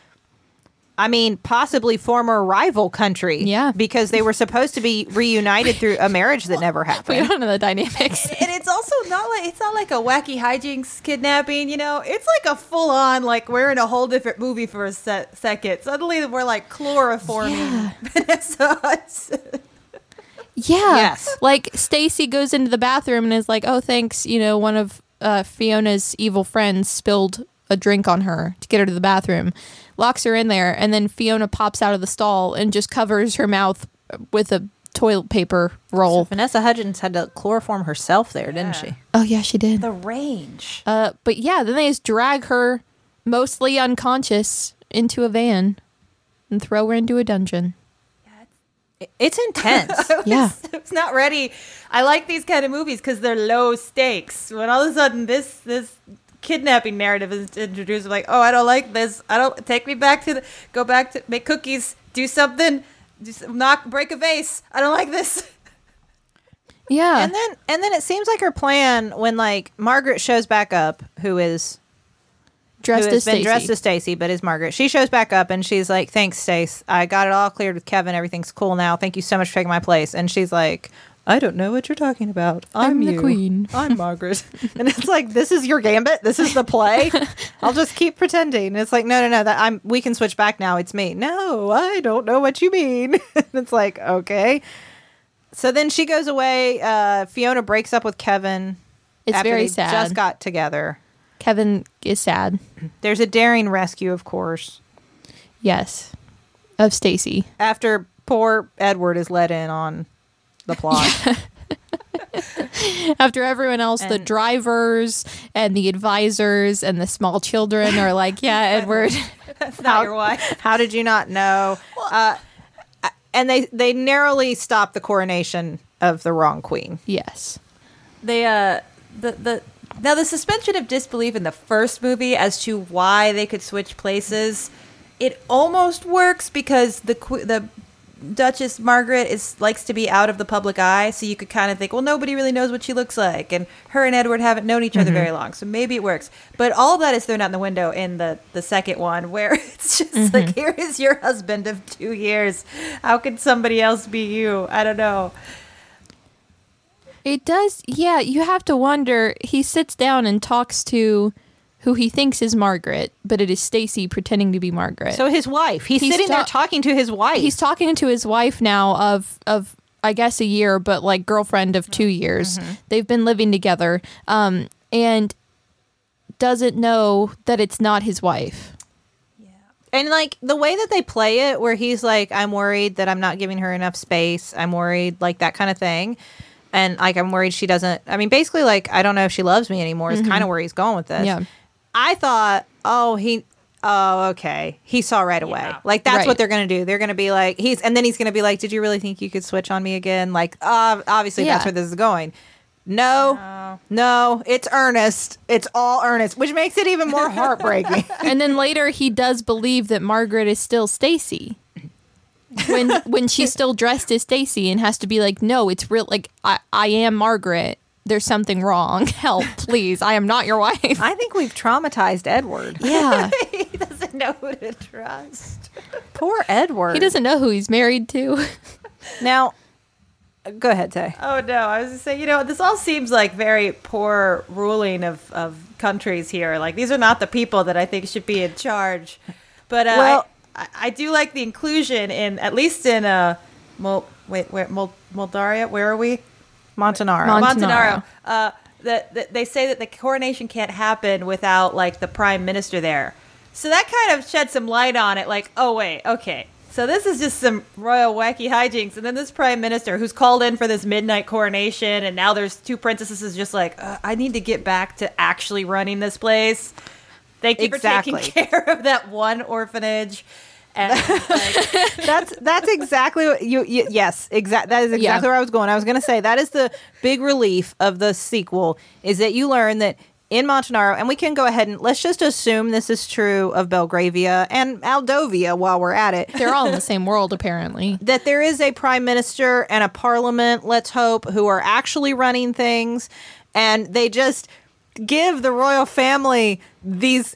[SPEAKER 2] I mean, possibly former rival country.
[SPEAKER 1] Yeah.
[SPEAKER 2] Because they were supposed to be reunited through a marriage that never
[SPEAKER 1] we
[SPEAKER 2] happened.
[SPEAKER 1] don't know the dynamics.
[SPEAKER 3] and it's also not like it's not like a wacky hijinks kidnapping. You know, it's like a full on like we're in a whole different movie for a se- second. Suddenly we're like chloroforming Vanessa Hudson.
[SPEAKER 1] Yeah.
[SPEAKER 2] Yes.
[SPEAKER 1] Like Stacy goes into the bathroom and is like, "Oh, thanks. You know, one of uh, Fiona's evil friends spilled a drink on her to get her to the bathroom." Locks her in there, and then Fiona pops out of the stall and just covers her mouth with a toilet paper roll.
[SPEAKER 2] Vanessa Hudgens had to chloroform herself there, didn't she?
[SPEAKER 1] Oh yeah, she did.
[SPEAKER 3] The range.
[SPEAKER 1] Uh, but yeah, then they just drag her, mostly unconscious, into a van and throw her into a dungeon.
[SPEAKER 2] I- It's intense.
[SPEAKER 1] Yeah.
[SPEAKER 3] it's not ready. I like these kind of movies because they're low stakes. When all of a sudden this this kidnapping narrative is introduced, I'm like, oh, I don't like this. I don't take me back to the go back to make cookies, do something, just knock break a vase. I don't like this.
[SPEAKER 1] Yeah.
[SPEAKER 2] and then and then it seems like her plan when like Margaret shows back up, who is
[SPEAKER 1] dressed
[SPEAKER 2] who has
[SPEAKER 1] as
[SPEAKER 2] been
[SPEAKER 1] Stacy.
[SPEAKER 2] dressed as Stacy, but is Margaret. She shows back up and she's like, "Thanks, Stace. I got it all cleared with Kevin. Everything's cool now. Thank you so much for taking my place." And she's like, "I don't know what you're talking about. I'm,
[SPEAKER 1] I'm the
[SPEAKER 2] you.
[SPEAKER 1] queen."
[SPEAKER 2] I'm Margaret." and it's like, "This is your gambit. This is the play. I'll just keep pretending." And it's like, "No, no, no. That I'm. We can switch back now. It's me. No, I don't know what you mean." and it's like, "Okay." So then she goes away. Uh, Fiona breaks up with Kevin.
[SPEAKER 1] It's
[SPEAKER 2] after
[SPEAKER 1] very
[SPEAKER 2] they
[SPEAKER 1] sad.
[SPEAKER 2] Just got together.
[SPEAKER 1] Kevin is sad.
[SPEAKER 2] There's a daring rescue, of course,
[SPEAKER 1] Yes. Of Stacy.
[SPEAKER 2] after poor Edward is let in on the plot.
[SPEAKER 1] After everyone else, the
[SPEAKER 2] And-
[SPEAKER 1] drivers and the advisors and the small children are like, yeah, Edward.
[SPEAKER 3] That's not your wife.
[SPEAKER 2] How did you not know? uh, and they they narrowly stop the coronation of the wrong queen.
[SPEAKER 1] yes.
[SPEAKER 3] they uh the the now the suspension of disbelief in the first movie as to why they could switch places it almost works because the que- the Duchess Margaret is likes to be out of the public eye so you could kind of think well nobody really knows what she looks like and her and Edward haven't known each other very long so maybe it works but all that is thrown out the window in the the second one where it's just like here is your husband of 2 years how could somebody else be you i don't know
[SPEAKER 1] It does. Yeah, you have to wonder. He sits down and talks to who he thinks is Margaret, but it is Stacy pretending to be Margaret.
[SPEAKER 2] So his wife, he's,
[SPEAKER 1] He's
[SPEAKER 2] sitting there
[SPEAKER 1] ta-
[SPEAKER 2] talking to his wife.
[SPEAKER 1] he's talking to his wife now of of I guess a year, but like girlfriend of two years. They've been living together, um, and doesn't know that it's not his wife.
[SPEAKER 2] and like the way that they play it, where he's like, "I'm worried that I'm not giving her enough space. I'm worried, like that kind of thing." And like, I'm worried she doesn't. I mean, basically, like, I don't know if she loves me anymore. Is kind of where he's going with this.
[SPEAKER 1] Mm-hmm. Yeah.
[SPEAKER 2] I thought, oh, he, oh, okay, he saw right away. Like that's
[SPEAKER 1] Right.
[SPEAKER 2] what they're gonna do. They're gonna be like, he's, and then he's gonna be like, did you really think you could switch on me again? Like, uh, obviously that's
[SPEAKER 1] Yeah.
[SPEAKER 2] where this is going. No, no, it's earnest. It's all earnest, which makes it even more heartbreaking.
[SPEAKER 1] and then later he does believe that Margaret is still Stacy. when when she's still dressed as Stacy and has to be like, no, it's real. Like I, I am Margaret. There's something wrong. Help, please. I am not your wife.
[SPEAKER 2] I think we've traumatized Edward.
[SPEAKER 1] Yeah,
[SPEAKER 3] he doesn't know who to trust
[SPEAKER 2] Poor Edward.
[SPEAKER 1] he doesn't know who he's married to.
[SPEAKER 2] Now, go ahead, Tay.
[SPEAKER 3] Oh no, I was just saying, you know, this all seems like very poor ruling of, of countries here. Like these are not the people that I think should be in charge. But uh,
[SPEAKER 2] Well-
[SPEAKER 3] I, I, I do like the inclusion in at least in uh, Mul- wait, where Mul- Moldaria? Where are we?
[SPEAKER 2] Montanaro.
[SPEAKER 1] Mon- Montanaro.
[SPEAKER 3] Montanaro. Uh, that that they say that the coronation can't happen without like the prime minister there. So that kind of shed some light on it. Like, oh wait, okay. So this is just some royal wacky hijinks, and then this prime minister who's called in for this midnight coronation, and now there's two princesses is just like, uh, I need to get back to actually running this place. Thank you for
[SPEAKER 2] Exactly.
[SPEAKER 3] taking care of that one orphanage. And like,
[SPEAKER 2] that's that's exactly what you, you yes exact that is exactly
[SPEAKER 1] Yeah.
[SPEAKER 2] where I was going. I was going to say that is the big relief of the sequel is that you learn that in Montanaro, and we can go ahead and let's just assume this is true of Belgravia and Aldovia while we're at it.
[SPEAKER 1] They're all in the same world, apparently.
[SPEAKER 2] that there is a prime minister and a parliament, let's hope, who are actually running things, and they just give the royal family these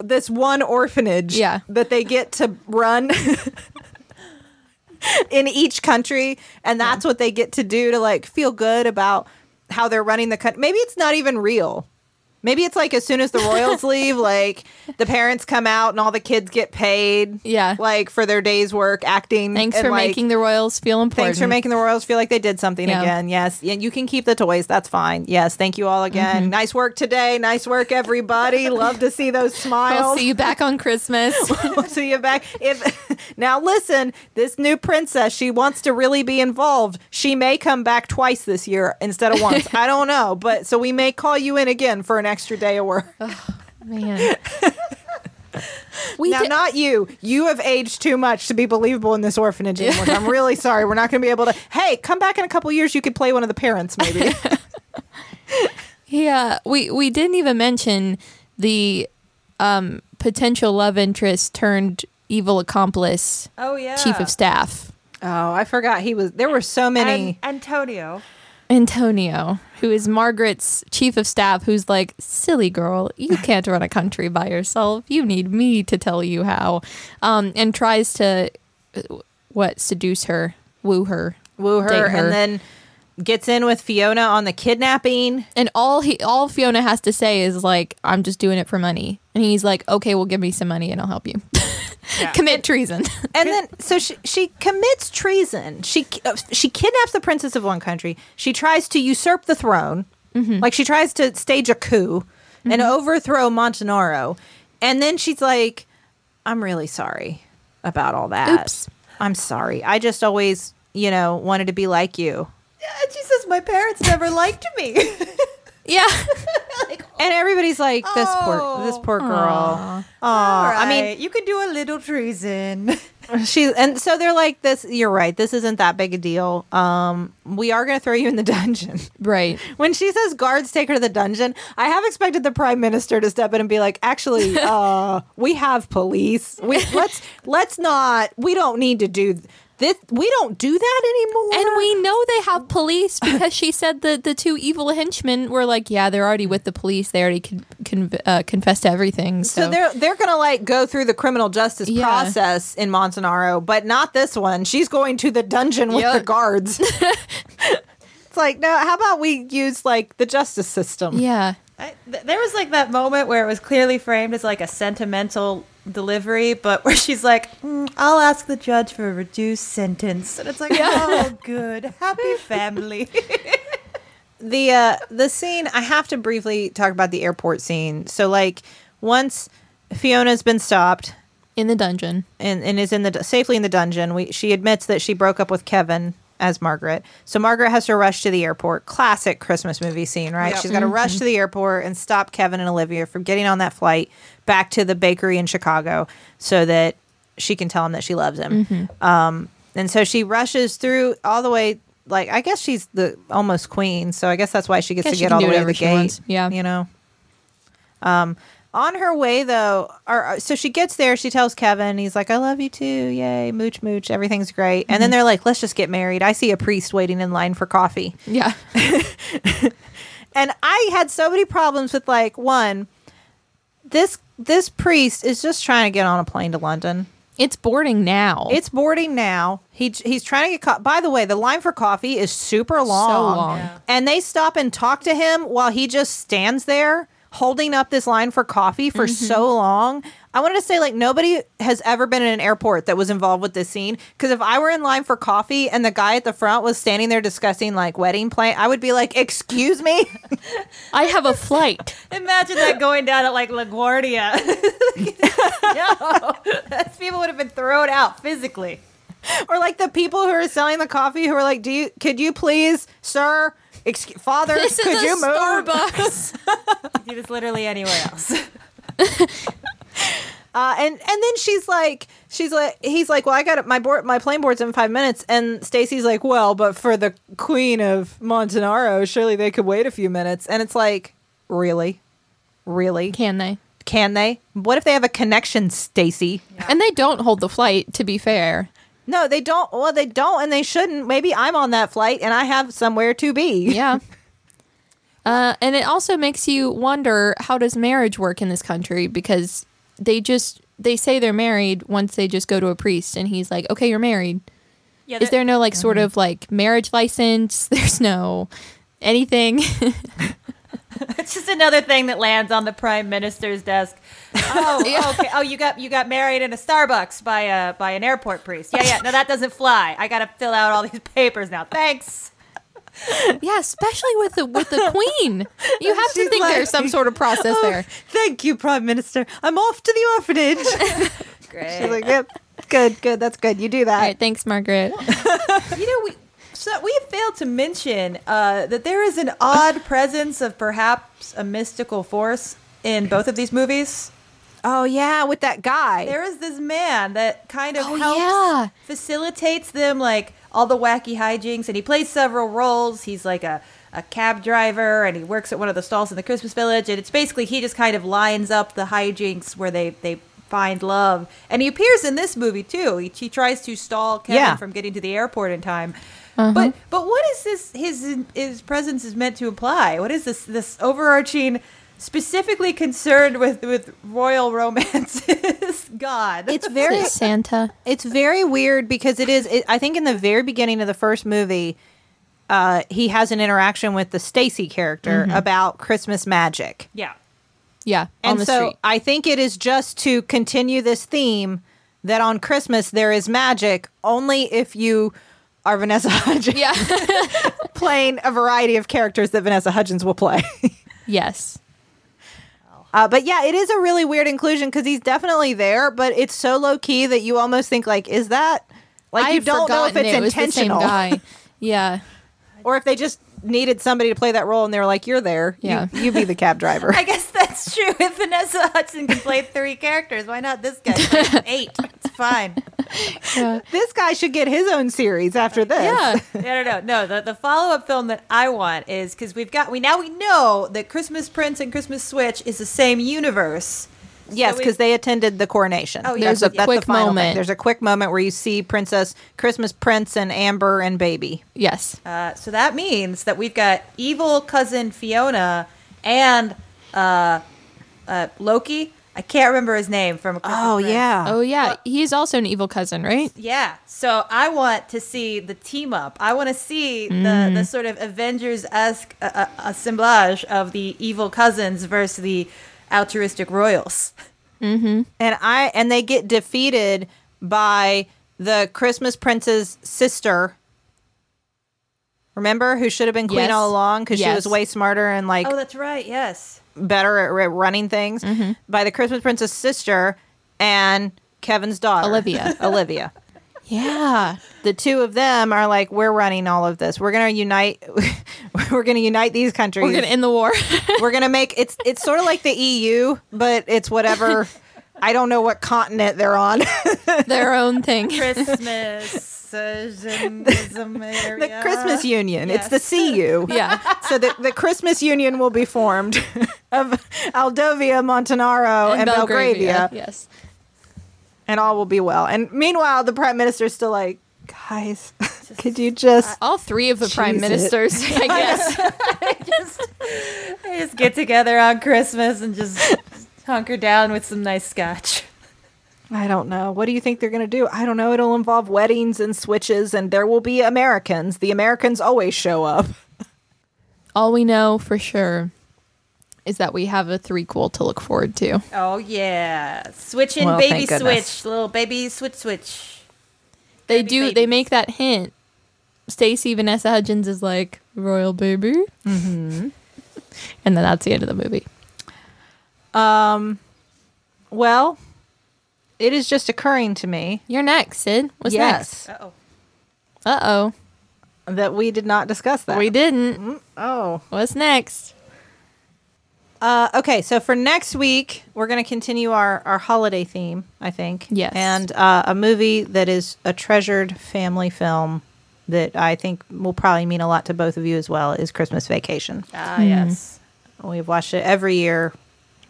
[SPEAKER 2] this one orphanage
[SPEAKER 1] Yeah.
[SPEAKER 2] that they get to run in each country and that's what they get to do to like feel good about how they're running the country. Maybe it's not even real. Maybe it's like as soon as the royals leave, like the parents come out and all the kids get paid.
[SPEAKER 1] Yeah.
[SPEAKER 2] Like for their day's work acting.
[SPEAKER 1] Thanks
[SPEAKER 2] and,
[SPEAKER 1] for
[SPEAKER 2] like,
[SPEAKER 1] making the royals feel important.
[SPEAKER 2] Thanks for making the Royals feel like they did something
[SPEAKER 1] Yeah.
[SPEAKER 2] again. Yes. And you can keep the toys. That's fine. Yes. Thank you all again.
[SPEAKER 1] Mm-hmm.
[SPEAKER 2] Nice work today. Nice work, everybody. Love to see those smiles.
[SPEAKER 1] We'll see you back on Christmas.
[SPEAKER 2] We'll see you back. If now listen, this new princess, she wants to really be involved. She may come back twice this year instead of once. I don't know, but so we may call you in again for an extra day of work.
[SPEAKER 1] Man. We
[SPEAKER 2] now,
[SPEAKER 1] did-
[SPEAKER 2] not you. You have aged too much to be believable in this orphanage anymore. I'm really sorry. We're not going to be able to. Hey, come back in a couple years. You could play one of the parents, maybe.
[SPEAKER 1] Yeah, we we didn't even mention the um, potential love interest turned evil accomplice
[SPEAKER 3] Oh yeah.
[SPEAKER 1] chief of staff
[SPEAKER 2] oh, I forgot he was. There were so
[SPEAKER 3] An-
[SPEAKER 2] many.
[SPEAKER 3] Antonio.
[SPEAKER 1] Antonio, who is Margaret's chief of staff, who's like, silly girl, you can't run a country by yourself. You need me to tell you how, um, and tries to uh, what seduce her, woo her,
[SPEAKER 2] woo her,
[SPEAKER 1] date
[SPEAKER 2] and then gets in with Fiona on the kidnapping.
[SPEAKER 1] And all he, all Fiona has to say is like, "I'm just doing it for money." And he's like, "Okay, well, give me some money and I'll help you commit treason."
[SPEAKER 2] and then so she she commits treason. She uh, she kidnaps the princess of one country. She tries to usurp the throne,
[SPEAKER 4] Mm-hmm.
[SPEAKER 2] like she tries to stage a coup and overthrow Montanaro. And then she's like, "I'm really sorry about all that.
[SPEAKER 1] Oops.
[SPEAKER 2] I'm sorry. I just always, you know, wanted to be like you."
[SPEAKER 4] And she says, "My parents never liked me."
[SPEAKER 1] yeah,
[SPEAKER 2] And everybody's like, "This poor this
[SPEAKER 4] Oh.
[SPEAKER 2] poor girl." Oh, I mean,
[SPEAKER 4] you could do a little treason.
[SPEAKER 2] She and so they're like this. You're right. This isn't that big a deal. Um, we are going to throw you in the dungeon.
[SPEAKER 1] right.
[SPEAKER 2] When she says guards take her to the dungeon, I have expected the prime minister to step in and be like, "Actually, uh, we have police. We let's let's not. We don't need to do th- this. We don't do that anymore."
[SPEAKER 1] And we know they have police because she said that the two evil henchmen were like, "Yeah, they're already with the police. They already con- con- uh, confessed to everything." So,
[SPEAKER 2] so, they're they're going to like go through the criminal justice
[SPEAKER 1] Yeah.
[SPEAKER 2] process in Montanaro, but not this one. She's going to the dungeon with the
[SPEAKER 1] Yep.
[SPEAKER 2] guards. it's like, no. How about we use like the justice system?
[SPEAKER 1] yeah,
[SPEAKER 3] I, th- there was like that moment where it was clearly framed as like a sentimental delivery, but where she's like, "Mm, "I'll ask the judge for a reduced sentence," and it's like, "Oh, good, happy family."
[SPEAKER 2] the uh the scene i have to briefly talk about the airport scene so like once fiona's been stopped
[SPEAKER 1] in the dungeon.
[SPEAKER 2] and, and is in the safely in the dungeon we she admits that she broke up with kevin as margaret so margaret has to rush to the airport classic christmas movie scene right
[SPEAKER 4] Yep.
[SPEAKER 2] she's
[SPEAKER 1] Mm-hmm.
[SPEAKER 2] got to rush to the airport and stop kevin and olivia from getting on that flight back to the bakery in chicago so that she can tell him that she loves him
[SPEAKER 1] Mm-hmm.
[SPEAKER 2] um, and so she rushes through all the way. Like I guess she's the almost queen, so I guess that's why she gets
[SPEAKER 1] Guess
[SPEAKER 2] to
[SPEAKER 1] she can
[SPEAKER 2] get all
[SPEAKER 1] do
[SPEAKER 2] the way to
[SPEAKER 1] whatever
[SPEAKER 2] the
[SPEAKER 1] she
[SPEAKER 2] gate.
[SPEAKER 1] wants. Yeah.
[SPEAKER 2] you know. Um, on her way though, or or- so she gets there. She tells Kevin, he's like, "I love you too, yay, mooch, mooch, everything's great." And then they're like, "Let's just get married." I see a priest waiting in line for coffee.
[SPEAKER 1] Yeah,
[SPEAKER 2] And I had so many problems with like one, this this priest is just trying to get on a plane to London.
[SPEAKER 1] it's boarding now.
[SPEAKER 2] It's boarding now. He he's trying to get caught. By the way, the line for coffee is super long.
[SPEAKER 1] long. Yeah.
[SPEAKER 2] And they stop and talk to him while he just stands there holding up this line for coffee for
[SPEAKER 1] Mm-hmm.
[SPEAKER 2] so long. I wanted to say like nobody has ever been in an airport that was involved with this scene because if I were in line for coffee and the guy at the front was standing there discussing like wedding plan, I would be like, "Excuse me."
[SPEAKER 1] I have a flight.
[SPEAKER 3] Imagine that going down at like LaGuardia. no, people would have been thrown out physically.
[SPEAKER 2] or like the people who are selling the coffee who are like, "Do you could you please, sir, excuse, father,
[SPEAKER 1] This
[SPEAKER 2] could
[SPEAKER 1] is a
[SPEAKER 2] you move?"
[SPEAKER 1] Starbucks.
[SPEAKER 3] You could do this literally anywhere else.
[SPEAKER 2] Uh, and and then she's like, she's like, he's like, well, I got it. My board, my plane board's in five minutes. And Stacy's like, well, but for the Queen of Montanaro, surely they could wait a few minutes. And it's like, really, really,
[SPEAKER 1] Can they?
[SPEAKER 2] can they? What if they have a connection, Stacy?
[SPEAKER 1] And they don't hold the flight, to be fair.
[SPEAKER 2] No, they don't. Well, they don't, and they shouldn't. Maybe I'm on that flight, and I have somewhere to be.
[SPEAKER 1] Yeah. Uh, and it also makes you wonder how does marriage work in this country because they just they say they're married once they just go to a priest and he's like okay you're married
[SPEAKER 5] Yeah,
[SPEAKER 1] is
[SPEAKER 5] there-
[SPEAKER 1] there no like sort of like marriage license there's no anything
[SPEAKER 5] It's just another thing that lands on the prime minister's desk. Oh, okay. Oh, you got you got married in a Starbucks by a by an airport priest. Yeah, yeah. No, that doesn't fly. I got to fill out all these papers now. Thanks.
[SPEAKER 1] yeah especially with the with the queen you have to
[SPEAKER 2] She's
[SPEAKER 1] think
[SPEAKER 2] like-
[SPEAKER 1] there's some sort of process there
[SPEAKER 2] Oh, Thank you, Prime Minister. I'm off to the orphanage.
[SPEAKER 5] Great.
[SPEAKER 2] She's like, yep, good, good. That's good. You do that.
[SPEAKER 1] all right thanks margaret
[SPEAKER 3] You know, we so we failed to mention uh, that there is an odd presence of perhaps a mystical force in both of these movies.
[SPEAKER 2] Oh yeah, with that guy.
[SPEAKER 3] There is this man that kind of
[SPEAKER 1] Oh,
[SPEAKER 3] helps
[SPEAKER 1] yeah.
[SPEAKER 3] facilitates them like all the wacky hijinks, and he plays several roles. He's like a a cab driver, and he works at one of the stalls in the Christmas Village, and it's basically he just kind of lines up the hijinks where they they find love, and he appears in this movie too. He, he tries to stall Kevin
[SPEAKER 2] Yeah.
[SPEAKER 3] from getting to the airport in time. But but what is this? His his presence is meant to imply. What is this? This overarching, specifically concerned with with royal romances. God,
[SPEAKER 2] it's very,
[SPEAKER 1] Is it santa
[SPEAKER 2] it's very weird because it is. It, I think in the very beginning of the first movie, uh, he has an interaction with the Stacy character
[SPEAKER 3] Mm-hmm.
[SPEAKER 2] about Christmas magic,
[SPEAKER 3] yeah.
[SPEAKER 1] yeah on
[SPEAKER 2] and
[SPEAKER 1] the
[SPEAKER 2] so
[SPEAKER 1] street
[SPEAKER 2] I think it is just to continue this theme that on Christmas there is magic only if you are Vanessa Hudgens
[SPEAKER 1] yeah
[SPEAKER 2] playing a variety of characters that Vanessa Hudgens will play.
[SPEAKER 1] yes
[SPEAKER 2] Uh, but yeah, it is a really weird inclusion because he's definitely there, but it's so low key that you almost think like, is that like you
[SPEAKER 1] I'd
[SPEAKER 2] don't know if
[SPEAKER 1] forgotten
[SPEAKER 2] it's
[SPEAKER 1] it was the same
[SPEAKER 2] intentional
[SPEAKER 1] guy. yeah
[SPEAKER 2] or if they just needed somebody to play that role and they were like, you're there, You-
[SPEAKER 1] Yeah.
[SPEAKER 2] you, be the cab driver.
[SPEAKER 5] I guess that's true. If Vanessa Hudson can play three characters, why not this guy? Play Eight. It's fine.
[SPEAKER 1] yeah
[SPEAKER 2] this guy should get his own series after this.
[SPEAKER 1] yeah
[SPEAKER 3] No, no, no, no. The, the follow up film that I want is because we've got we now we know that Christmas Prince and Christmas Switch is the same universe.
[SPEAKER 2] yes,
[SPEAKER 3] So we-
[SPEAKER 2] because they attended the coronation.
[SPEAKER 3] Oh, yeah.
[SPEAKER 1] There's a
[SPEAKER 2] that's
[SPEAKER 1] quick
[SPEAKER 2] the final Thing.
[SPEAKER 1] moment.
[SPEAKER 2] There's a quick moment where you see Princess Christmas Prince and Amber and Baby.
[SPEAKER 1] yes
[SPEAKER 3] Uh, so that means that we've got evil cousin Fiona and uh, uh, Loki. I can't remember his name from. A Christmas
[SPEAKER 2] Oh
[SPEAKER 3] Prince.
[SPEAKER 2] yeah.
[SPEAKER 1] Oh yeah, he's also an evil cousin, right?
[SPEAKER 3] Yeah. So I want to see the team up. I want to see
[SPEAKER 2] Mm.
[SPEAKER 3] the, the sort of Avengers esque uh, uh, assemblage of the evil cousins versus the altruistic royals.
[SPEAKER 2] and I and they get defeated by the Christmas Prince's sister. Remember, who should have been queen
[SPEAKER 1] Yes.
[SPEAKER 2] all along because she
[SPEAKER 1] Yes.
[SPEAKER 2] was way smarter and like
[SPEAKER 3] Oh, that's right. Yes.
[SPEAKER 2] better at, at running things.
[SPEAKER 1] Mm-hmm.
[SPEAKER 2] By the Christmas Prince's sister and Kevin's daughter,
[SPEAKER 1] Olivia.
[SPEAKER 2] Olivia.
[SPEAKER 1] Yeah.
[SPEAKER 2] The two of them are like, we're running all of this. We're gonna unite. we're gonna unite these countries.
[SPEAKER 1] We're gonna end the war.
[SPEAKER 2] we're gonna make it's it's sort of like the EU, but it's whatever. I don't know what continent they're on.
[SPEAKER 1] Their own thing.
[SPEAKER 3] Christmas is
[SPEAKER 2] the Christmas Union. It's
[SPEAKER 3] Yes.
[SPEAKER 2] the CU.
[SPEAKER 1] Yeah.
[SPEAKER 2] So the, the Christmas Union will be formed of Aldovia, Montanaro, Oh, and, Belgravia,
[SPEAKER 1] Yes.
[SPEAKER 2] and all will be well. And meanwhile, the prime minister's still like, guys, could you just?
[SPEAKER 1] All three of the prime
[SPEAKER 2] Jeez, it-
[SPEAKER 1] ministers, I guess.
[SPEAKER 3] They just get together on Christmas and just hunker down with some nice scotch.
[SPEAKER 2] I don't know. What do you think they're going to do? I don't know. It'll involve weddings and switches, and there will be Americans. The Americans always show up.
[SPEAKER 1] All we know for sure is that we have a threequel to look forward to.
[SPEAKER 3] Oh yeah, switching
[SPEAKER 2] Well,
[SPEAKER 3] baby
[SPEAKER 2] thank goodness.
[SPEAKER 3] switch, little baby switch switch.
[SPEAKER 1] They
[SPEAKER 3] Baby
[SPEAKER 1] do.
[SPEAKER 3] babies.
[SPEAKER 1] They make that hint. Stacy Vanessa Hudgens is like royal baby, mm-hmm. and then that's the end of the movie.
[SPEAKER 2] Um, well, it is just occurring to me.
[SPEAKER 1] You're next, Sid. What's
[SPEAKER 2] yes,
[SPEAKER 3] Uh oh.
[SPEAKER 1] next? Uh oh,
[SPEAKER 2] that we did not discuss that.
[SPEAKER 1] we didn't.
[SPEAKER 2] Oh,
[SPEAKER 1] What's next?
[SPEAKER 2] Uh, okay, so for next week, we're going to continue our, our holiday theme, I think.
[SPEAKER 1] Yes.
[SPEAKER 2] And uh, a movie that is a treasured family film that I think will probably mean a lot to both of you as well is Christmas Vacation.
[SPEAKER 3] Ah, yes.
[SPEAKER 2] We've watched it every year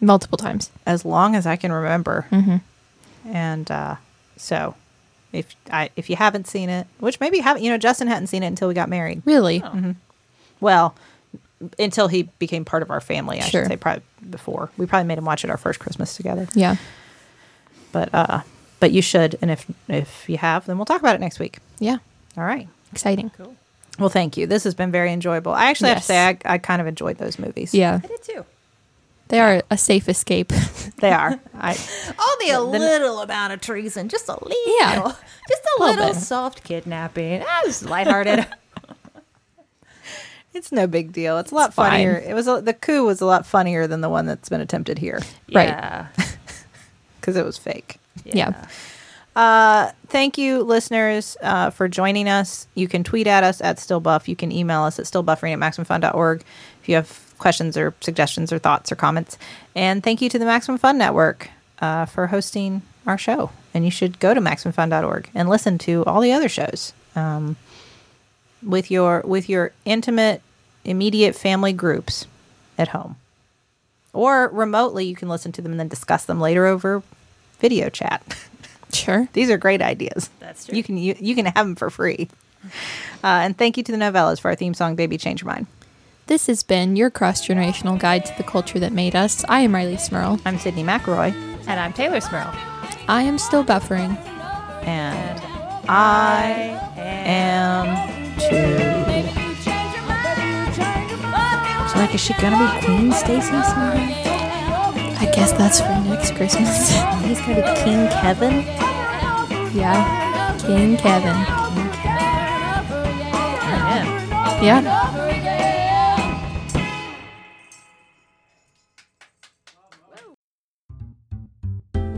[SPEAKER 1] multiple times.
[SPEAKER 2] as long as I can remember.
[SPEAKER 1] Mm-hmm.
[SPEAKER 2] And uh, so, if I if you haven't seen it, which maybe you haven't, you know, Justin hadn't seen it until we got married.
[SPEAKER 1] Really?
[SPEAKER 2] Oh. Well, until he became part of our family, I
[SPEAKER 1] Sure.
[SPEAKER 2] should say, probably before we probably made him watch it our first Christmas together.
[SPEAKER 1] Yeah.
[SPEAKER 2] But uh, but you should, and if if you have, then we'll talk about it next week.
[SPEAKER 1] Yeah.
[SPEAKER 2] All right.
[SPEAKER 1] Exciting.
[SPEAKER 2] Well, thank you. This has been very enjoyable. I actually
[SPEAKER 1] Yes.
[SPEAKER 2] have to say I, I kind of enjoyed those movies.
[SPEAKER 1] Yeah.
[SPEAKER 3] I did too.
[SPEAKER 1] They are a safe escape.
[SPEAKER 2] they are. I
[SPEAKER 3] Only a
[SPEAKER 2] the-
[SPEAKER 3] little amount of treason, just a little,
[SPEAKER 1] Yeah.
[SPEAKER 3] just a
[SPEAKER 1] Little
[SPEAKER 3] little
[SPEAKER 1] bit.
[SPEAKER 3] soft kidnapping. I was lighthearted.
[SPEAKER 2] It's no big deal. It's a lot
[SPEAKER 1] fine.
[SPEAKER 2] funnier. It was a, the coup was a lot funnier than the one that's been attempted here
[SPEAKER 1] Right.
[SPEAKER 3] Yeah.
[SPEAKER 2] because it was fake.
[SPEAKER 1] Yeah.
[SPEAKER 2] Uh, thank you, listeners, uh, for joining us. You can tweet at us at stillbuff. You can email us at stillbuffering at maximumfun.org if you have questions or suggestions or thoughts or comments. And thank you to the Maximum Fun Network uh, for hosting our show. And you should go to maximumfun.org and listen to all the other shows um, with your with your intimate, immediate family groups at home. Or remotely, you can listen to them and then discuss them later over video chat.
[SPEAKER 1] Sure.
[SPEAKER 2] These are great ideas.
[SPEAKER 3] That's true.
[SPEAKER 2] You can you, you can have them for free. Uh, and thank you to the novellas for our theme song, "Baby Change Your Mind."
[SPEAKER 1] This has been your cross generational guide to the culture that made us. I am Riley Smurl.
[SPEAKER 2] I'm Sydney McRoy,
[SPEAKER 3] And I'm Taylor Smurl.
[SPEAKER 1] I am still buffering.
[SPEAKER 2] and I am too.
[SPEAKER 6] So
[SPEAKER 2] Like, is she gonna be Queen Stacy someday?
[SPEAKER 1] I guess that's for next Christmas.
[SPEAKER 2] He's gonna be King Kevin.
[SPEAKER 1] yeah. King Kevin. Yeah.